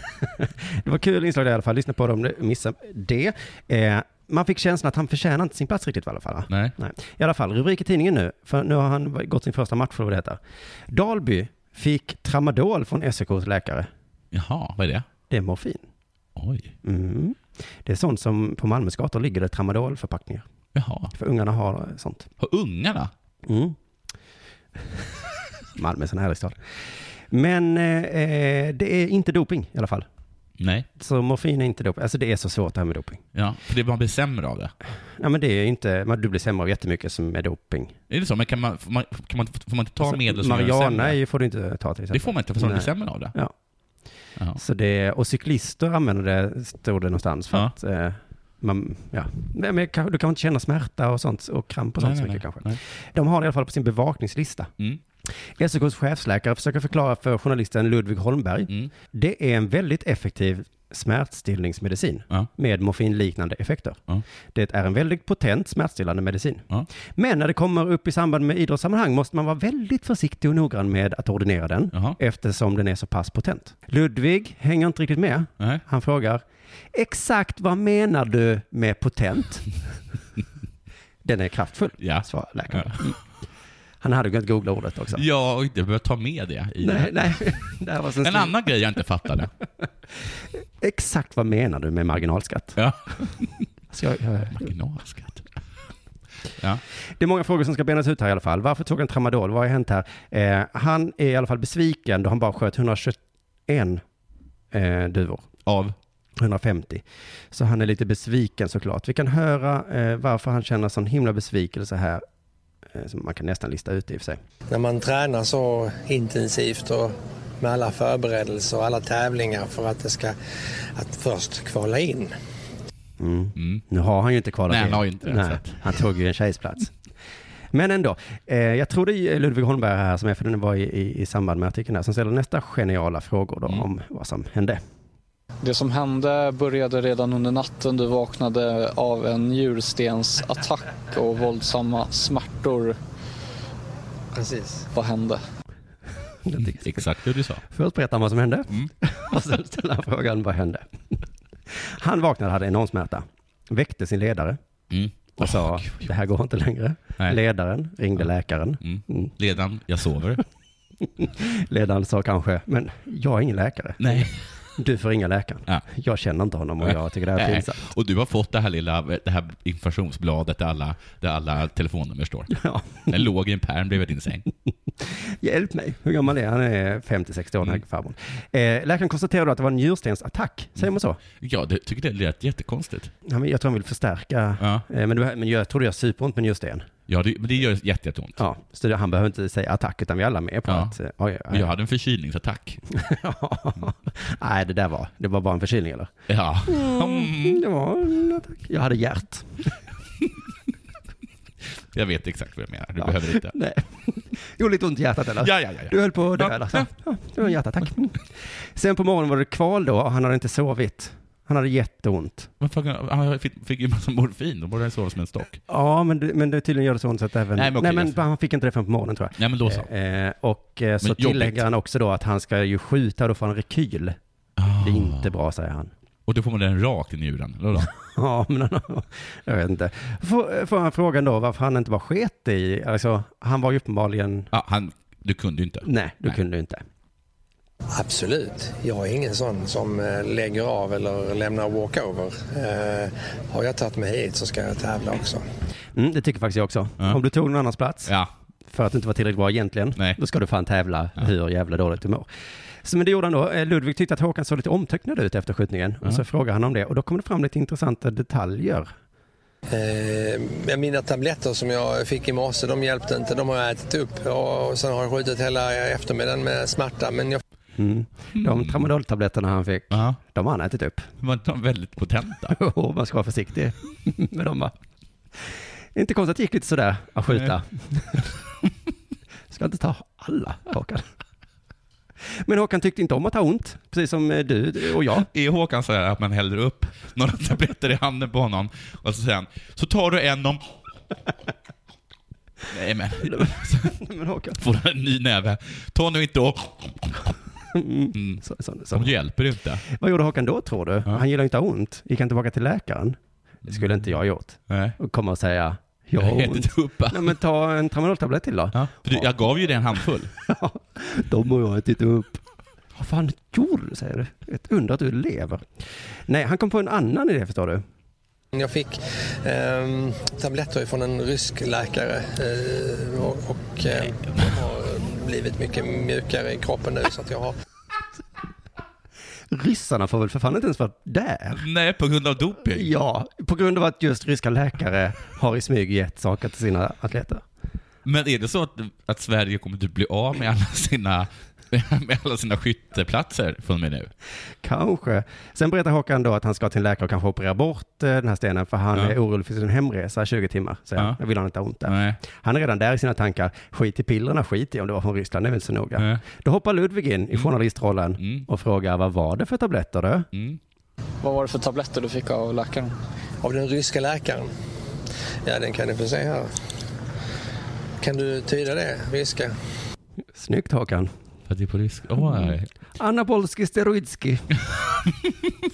S3: det var kul inslag där i alla fall. Lyssna på dem, missa det. Eh, man fick känslan att han förtjänar inte sin plats riktigt i alla fall. va?
S2: Nej.
S3: Nej. I alla fall, rubrik i tidningen nu, för nu har han gått sin första match för vad det heter. Dalby fick tramadol från SEKs läkare.
S2: Jaha, vad är det?
S3: Det är morfin.
S2: Oj.
S3: Mm. Det är sånt som på Malmös gator ligger det tramadolförpackningar.
S2: Jaha.
S3: För ungarna har sånt.
S2: Har ungarna?
S3: Mm. Malmö är en sån härlig stad. Men eh, eh, det är inte doping i alla fall.
S2: Nej.
S3: Så morfin är inte doping. Alltså det är så svårt det här med doping.
S2: Ja, för det man blir sämre av det.
S3: Ja men det är inte, man- du blir sämre av jättemycket som är doping.
S2: Är det så? Men kan man, får, man, kan man, får man inte ta
S3: Alltså,
S2: medel som gör en
S3: Mariana
S2: sämre?
S3: är ju- får du inte ta till exempel.
S2: Det får man inte, för man blir
S3: Nej.
S2: sämre av det.
S3: Ja.
S2: Ja.
S3: Så det, och cyklister använder det, stod det någonstans, för
S2: Ja.
S3: att eh, man, ja, Nej, men kan- du kan inte känna smärta och sånt och kramp och sånt så mycket kanske.
S2: nej.
S3: De har det i alla fall på sin bevakningslista.
S2: Mm,
S3: SOKs chefsläkare försöker förklara för journalisten Ludvig Holmberg.
S2: mm,
S3: Det är en väldigt effektiv smärtstillningsmedicin
S2: ja,
S3: med morfinliknande effekter.
S2: Ja.
S3: Det är en väldigt potent smärtstillande medicin.
S2: ja.
S3: Men när det kommer upp i samband med idrottssammanhang måste man vara väldigt försiktig och noggrann med att ordinera den
S2: Jaha.
S3: eftersom den är så pass potent. Ludvig hänger inte riktigt med.
S2: Nej.
S3: Han frågar exakt vad menar du med potent? den är kraftfull,
S2: Ja.
S3: svarar läkaren. Han hade kunnat googla ordet också.
S2: Ja, och inte behöver ta med det i det.
S3: Nej, nej. Det här var så
S2: En annan grej jag inte fattade.
S3: Exakt vad menar du med marginalskatt?
S2: Ja.
S3: Alltså jag, jag,
S2: Marginalskatt. Ja.
S3: Det är många frågor som ska benas ut här i alla fall. Varför tog han tramadol? Vad har hänt här? Eh, han är i alla fall besviken då han bara sköt 121 eh, duvor.
S2: Av?
S3: 150. Så han är lite besviken såklart. Vi kan höra eh, varför han känner sån himla besvikelse här. Eh, som man kan nästan lista ut i och för sig.
S7: När man tränar så intensivt och med alla förberedelser och alla tävlingar för att det ska att först kvala in.
S2: Mm.
S3: Nu har han ju inte kvalat
S2: Nej,
S3: in.
S2: han har ju inte det, så
S3: Nej,
S2: att-
S3: han tog ju en tjejsplats. Men ändå, eh, jag tror det är Ludvig Holmberg här som är, för den var i, i, i samband med artikeln här, som ställer nästa geniala frågor då
S2: Mm.
S3: om vad som hände.
S8: Det som hände började redan under natten. Du vaknade av en njurstensattack och våldsamma smärtor.
S7: Precis.
S8: Vad hände?
S2: Exakt det du sa.
S3: Först berättar han vad som hände
S2: Mm.
S3: och sen ställer han frågan vad hände. Han vaknade, hade enorm smärta, väckte sin ledare
S2: Mm.
S3: och sa det här går inte längre.
S2: Nej.
S3: Ledaren ringde läkaren.
S2: Mm.
S3: Mm.
S2: Ledan, jag sover.
S3: Ledaren sa kanske, men jag är ingen läkare.
S2: Nej.
S3: Du får ringa läkaren.
S2: Ja.
S3: Jag känner inte honom och jag tycker det här är
S2: Nej.
S3: pinsamt.
S2: Och du har fått det här lilla det här informationsbladet där alla, där alla telefonnummer står.
S3: Ja.
S2: Den låg i en pärm bredvid din säng.
S3: Hjälp mig, hur gammal är han? Han är 50-60 år, den här
S2: Mm.
S3: farbrorn. Eh, läkaren konstaterade då att det var en njurstensattack, säger man så?
S2: Ja, det tycker det lät jättekonstigt.
S3: Han, jag tror han vill förstärka,
S2: Ja.
S3: eh, men, det- men jag tror det gör superont med njursten.
S2: Ja, det, men det gör jätte, jätteont.
S3: Ja, så det- han behöver inte säga attack, utan vi är alla med på
S2: Ja.
S3: att... eh, Oj,
S2: Men
S3: oj,
S2: jag hade en förkylningsattack.
S3: oj. Nej, det där var, det var bara en förkylning eller?
S2: Ja. Mm.
S3: Det var en attack. Jag hade hjärt.
S2: Jag vet exakt vad jag menar. Du behöver inte.
S3: Nej. Gjorde lite ont i hjärtat eller?
S2: Ja, ja, ja, ja.
S3: Du höll på att dö
S2: Ja,
S3: eller? Så. Ja, det var en hjärtattack. Mm. Sen på morgonen var det kval då och han hade inte sovit. Han hade jätteont.
S2: Men fucking, han fick, fick ju en massa morfin, då borde han sova som en stock.
S3: Ja, men, det- men det tydligen gör det så ont så att även...
S2: Nej, men okej, jag-
S3: han fick inte det förrän på morgonen tror jag.
S2: Nej men då så.
S3: Eh, och eh, så
S2: Men
S3: tillägger
S2: jobbigt.
S3: han också då att han ska ju skjuta, då får han rekyl. Det är inte bra, säger han.
S2: Ah. Och då får man den rakt in i njuren, eller då?
S3: Ja, men han, jag vet inte. Får, eh, får han frågan då varför han inte bara sket i, alltså han var ju uppenbarligen,
S2: Ja, han, du kunde ju inte.
S3: nej, du
S2: Nej.
S3: kunde ju inte.
S7: Absolut. Jag är ingen sån som eh, lägger av eller lämnar walkover. Eh, har jag tagit mig hit så ska jag tävla också.
S3: Mm, det tycker faktiskt jag också.
S2: Ja.
S3: Om du tog någon annans plats
S2: Ja,
S3: för att du inte var tillräckligt bra egentligen,
S2: Nej.
S3: då ska du fan tävla hur jävla dåligt du mår. Så, men det gjorde han då. Eh, Ludvig tyckte att Håkan såg lite omtöcknad ut efter skjutningen och så frågade han om det och då kom det fram lite intressanta detaljer.
S7: Eh, men mina tabletter som jag fick i morse, de hjälpte inte. De har jag ätit upp och sen har jag skjutit hela eftermiddagen med smärta. Men jag
S3: Mm. De tramadoltabletterna han fick,
S2: ja.
S3: de har han ätit upp.
S2: Var inte de väldigt potenta?
S3: Och man ska vara försiktig med dem va? Inte konstigt att det gick lite sådär att skjuta. ska inte ta alla Håkan. Men Håkan tyckte inte om att ha ont, precis som eh, du och jag.
S2: Är Håkan så här att man häller upp några tabletter i handen på honom och så säger han, så tar du en om... Nej men,
S3: Men Håkan,
S2: får han en ny näve. Ta nu inte och...
S3: så, så, så.
S2: De hjälper ju inte.
S3: Vad gjorde Håkan då tror du? Han gillar inte att ha ont. Gick han tillbaka till läkaren? Det skulle inte jag ha gjort.
S2: Nej.
S3: Och komma och säga, jag
S2: Jag
S3: har
S2: äter
S3: ont.
S2: inte upp
S3: Nej men ta en tramadoltablett till då.
S2: Ja, för du, jag gav ju dig en handfull.
S3: De har jag ätit upp. Vad fan gjorde du, säger du? Ett under att du lever. Nej, han kom på en annan idé, förstår du.
S7: Jag fick ehm, tabletter från en rysk läkare eh, och, och eh, de har blivit mycket mjukare i kroppen nu så att jag har
S3: Ryssarna får väl för fan inte ens vara där.
S2: Nej, på grund av doping.
S3: Ja, på grund av att just ryska läkare har i smyg gett saker till sina atleter.
S2: Men är det så att, att Sverige kommer typ bli av med alla sina, med alla sina skytteplatser från och med nu?
S3: Kanske. Sen berättar Håkan då att han ska till en läkare och kanske operera bort eh, den här stenen för han
S2: Ja.
S3: är orolig för sin hemresa 20 timmar. Så
S2: Ja.
S3: jag vill han inte ha ont där.
S2: Nej.
S3: Han är redan där i sina tankar. Skit i pillerna, skit i om det var från Ryssland, det är väl inte så noga.
S2: Nej.
S3: Då hoppar Ludvig in i journalistrollen
S2: Mm.
S3: och frågar vad var det för tabletter du?
S2: Mm.
S8: Vad var det för tabletter du fick av läkaren?
S7: av den ryska läkaren. Ja, den kan du få se här. Kan du tyda det, ryska?
S3: Snyggt Håkan.
S2: För att det är på risk. Åh, nej.
S3: Anabolski steroidski.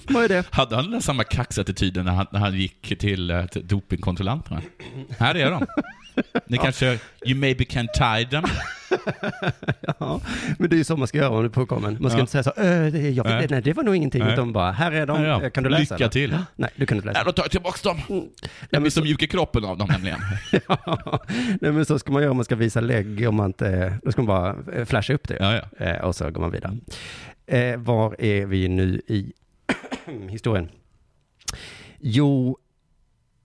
S3: vad är det?
S2: Hade han den där samma kaxattityden när han, när han gick till, eh, till dopingkontrollanterna? Här är de. Ni kanske, you maybe can tie them.
S3: Ja, men det är ju så man ska göra om du är påkommen. Man ska
S2: Ja.
S3: inte säga så, "Ö, det, är- jag
S2: Nej.
S3: vet, nej det var nog ingenting,
S2: Nej.
S3: utan bara, här är de,
S2: Ja, ja.
S3: Eh, kan du läsa?
S2: Lycka
S3: eller?"
S2: till.
S3: Ja, Nej, du kunde inte läsa.
S2: Ja, då tar jag tillbaks dem.
S3: Nej,
S2: Jag
S3: men
S2: blir
S3: så,
S2: så mjuk i kroppen av dem nämligen.
S3: nej, men så ska man göra om man ska visa lägg, om man inte, då ska man bara eh, flasha upp det.
S2: Ja, ja.
S3: Eh, och så går man vidare. Eh, var är vi nu i historien? Jo,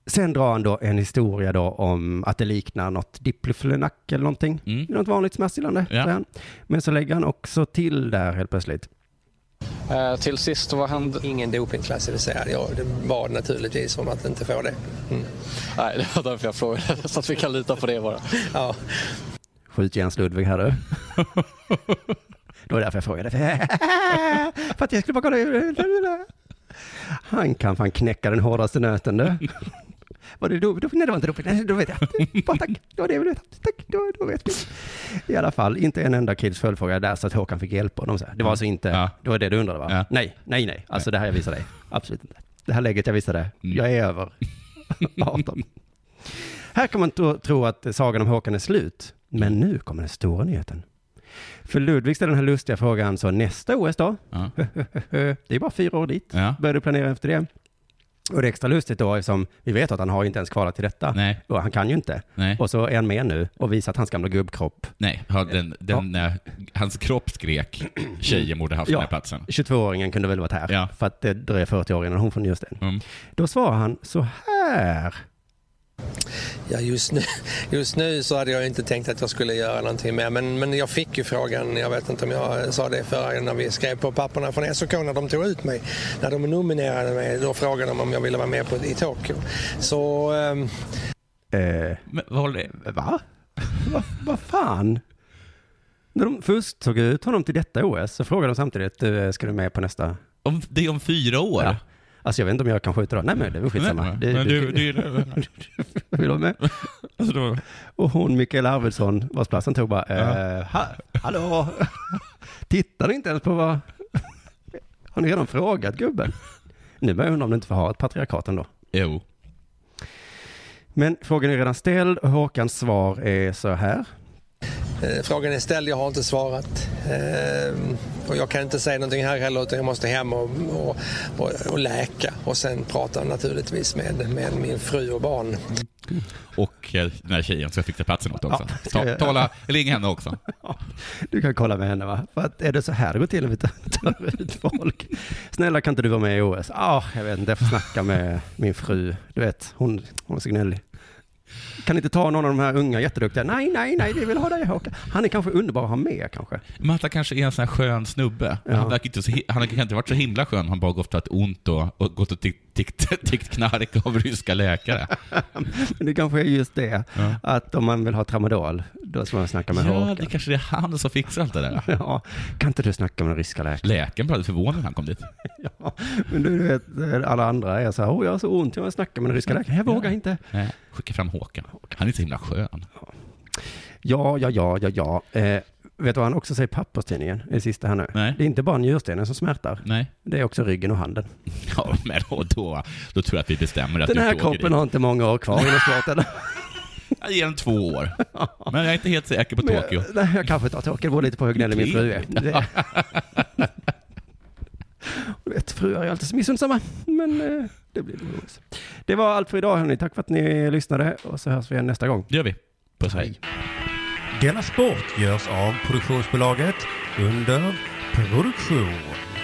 S3: sen drar han då en historia då om att det liknar något diplofenac eller någonting.
S2: Mm.
S3: Något vanligt smärtstillande,
S2: Ja.
S3: säger han. Men så lägger han också till där helt plötsligt.
S8: Eh, till sist, vad hände?
S7: Ingen dopingklassificerad. Ja, det var naturligtvis om att inte få det. Mm.
S8: Nej, det var därför jag frågade. Så att vi kan lita på det bara.
S7: Ja.
S3: Skjut Jens Ludvig här du. det var därför jag frågade. För att jag skulle bara kolla. Han kan fan knäcka den hårdaste nöten du. Var det doping? Nej, det var inte doping. Nej, då vet jag. Bara tack. Det var det jag ville veta. Tack, då, då vet vi. I alla fall, inte en enda kids följdfråga där så att Håkan fick hjälp av dem. Så här. Det var alltså inte,
S2: Mm. Ja.
S3: det var det du undrade va?
S2: Ja.
S3: Nej, nej, nej. Alltså det här jag visar dig. Absolut inte. Det här läget jag visar dig.
S2: Mm.
S3: Jag är över 18. Här kan man tro, tro att sagan om Håkan är slut. Men nu kommer den stora nyheten. För Ludvig ställde den här lustiga frågan, så nästa OS då?
S2: Ja.
S3: Det är bara fyra år dit.
S2: Ja.
S3: Började du planera efter det? Och det är extra lustigt då, eftersom vi vet att han har inte ens kvalat till detta.
S2: Nej,
S3: Och han kan ju inte.
S2: nej,
S3: Och så är han med nu och visar att hans gamla gubbkropp,
S2: nej. Ja, Den, den, eh, hans kropp skrek tjejen borde haft den här platsen.
S3: 22-åringen kunde väl varit här,
S2: Ja.
S3: för att det dröjer 40 år innan hon får just den.
S2: Mm.
S3: Då svarar han så här.
S7: Ja, just nu, just nu så hade jag inte tänkt att jag skulle göra någonting mer. Men, men jag fick ju frågan, jag vet inte om jag sa det förra gången när vi skrev på papperna från SOK när de tog ut mig. När de nominerade mig, då frågade de om jag ville vara med på, i Tokyo. Så ehm,
S3: Eh,
S2: Men vad håller det?
S3: Va? Vad va fan? När de först tog ut honom till detta OS så frågade de samtidigt, "Du, ska du med på nästa?
S2: Om, det är om fyra år?
S3: Ja. Alltså jag vet inte om jag kan skjuta då. Nej men det är väl skitsamma.
S2: Nej,
S3: Det-
S2: men du, du,
S3: Vill du vara med?
S2: alltså då,
S3: Och hon, Mikaela Arvidsson, vars plats han tog bara, eh, ha, hallå? Tittar ni inte ens på vad... Har ni redan frågat gubben? Nu börjar jag undra om du inte får ha ett patriarkat ändå.
S2: jo.
S3: Men frågan är redan ställd och Håkans svar är så här.
S7: Eh, Frågan är ställd, jag har inte svarat. Eh, Och jag kan inte säga någonting här heller utan jag måste hem och, och, och, och läka och sen prata naturligtvis med, med min fru och barn.
S2: Och eh, den här tjejen som jag fick platsen åt också.
S3: Ja.
S2: Ta, tala, ring henne också.
S3: Du kan kolla med henne va? För att är det så här det går till när vi tar- tar ut folk? Snälla kan inte du vara med i OS? Ja, jag vet inte, jag får snacka med min fru. Du vet, hon, hon är så gnällig. Kan inte ta någon av de här unga jätteduktiga? Nej, nej, nej, vi vill ha dig Håkan. Han är kanske underbar att ha med kanske.
S2: Matta kanske är en sån här skön snubbe.
S3: Ja.
S2: Han, verkar inte så, hi- han har inte varit så himla skön, han har bara gått och haft ont och, och gått och tickt tick, tick knark av ryska läkare.
S3: Men det kanske är just det,
S2: Ja.
S3: att om man vill ha tramadol, då ska man snacka med
S2: Ja, det
S3: Håkan.
S2: kanske är han som fixar allt det där.
S3: Ja, kan inte du snacka med den ryska läkaren?
S2: Läkaren blev alldeles förvånad när han kom dit.
S3: Ja, men du vet, alla andra är så här, åh jag har så ont, jag vill snacka med den ryska läkaren. Jag vågar inte.
S2: Nej, Skicka fram Håkan. Han är inte så himla skön.
S3: Ja, ja, ja, ja, ja. Eh, vet du vad han också säger i papperstidningen, i sista här nu?
S2: Nej.
S3: Det är inte bara njurstenen som smärtar.
S2: Nej.
S3: Det är också ryggen och handen.
S2: Ja, men då, då, då tror jag att vi bestämmer att
S3: Den
S2: du
S3: här
S2: inte åker
S3: kroppen
S2: dit.
S3: har inte många år kvar innan starten.
S2: Jag ger den två år. Men jag är inte helt säker på
S3: Men-
S2: Tokyo.
S3: Nej, jag kanske tar Tokyo. Det beror lite på hur gnällig min fru är. Det... Du vet, fruar är alltid så missunnsamma. Men eh, det blir nog OS. Det var allt för idag, hörni. Tack för att ni lyssnade och så hörs vi igen nästa gång.
S2: Det gör vi. Puss hej.
S9: Denna sport görs av produktionsbolaget under produktion.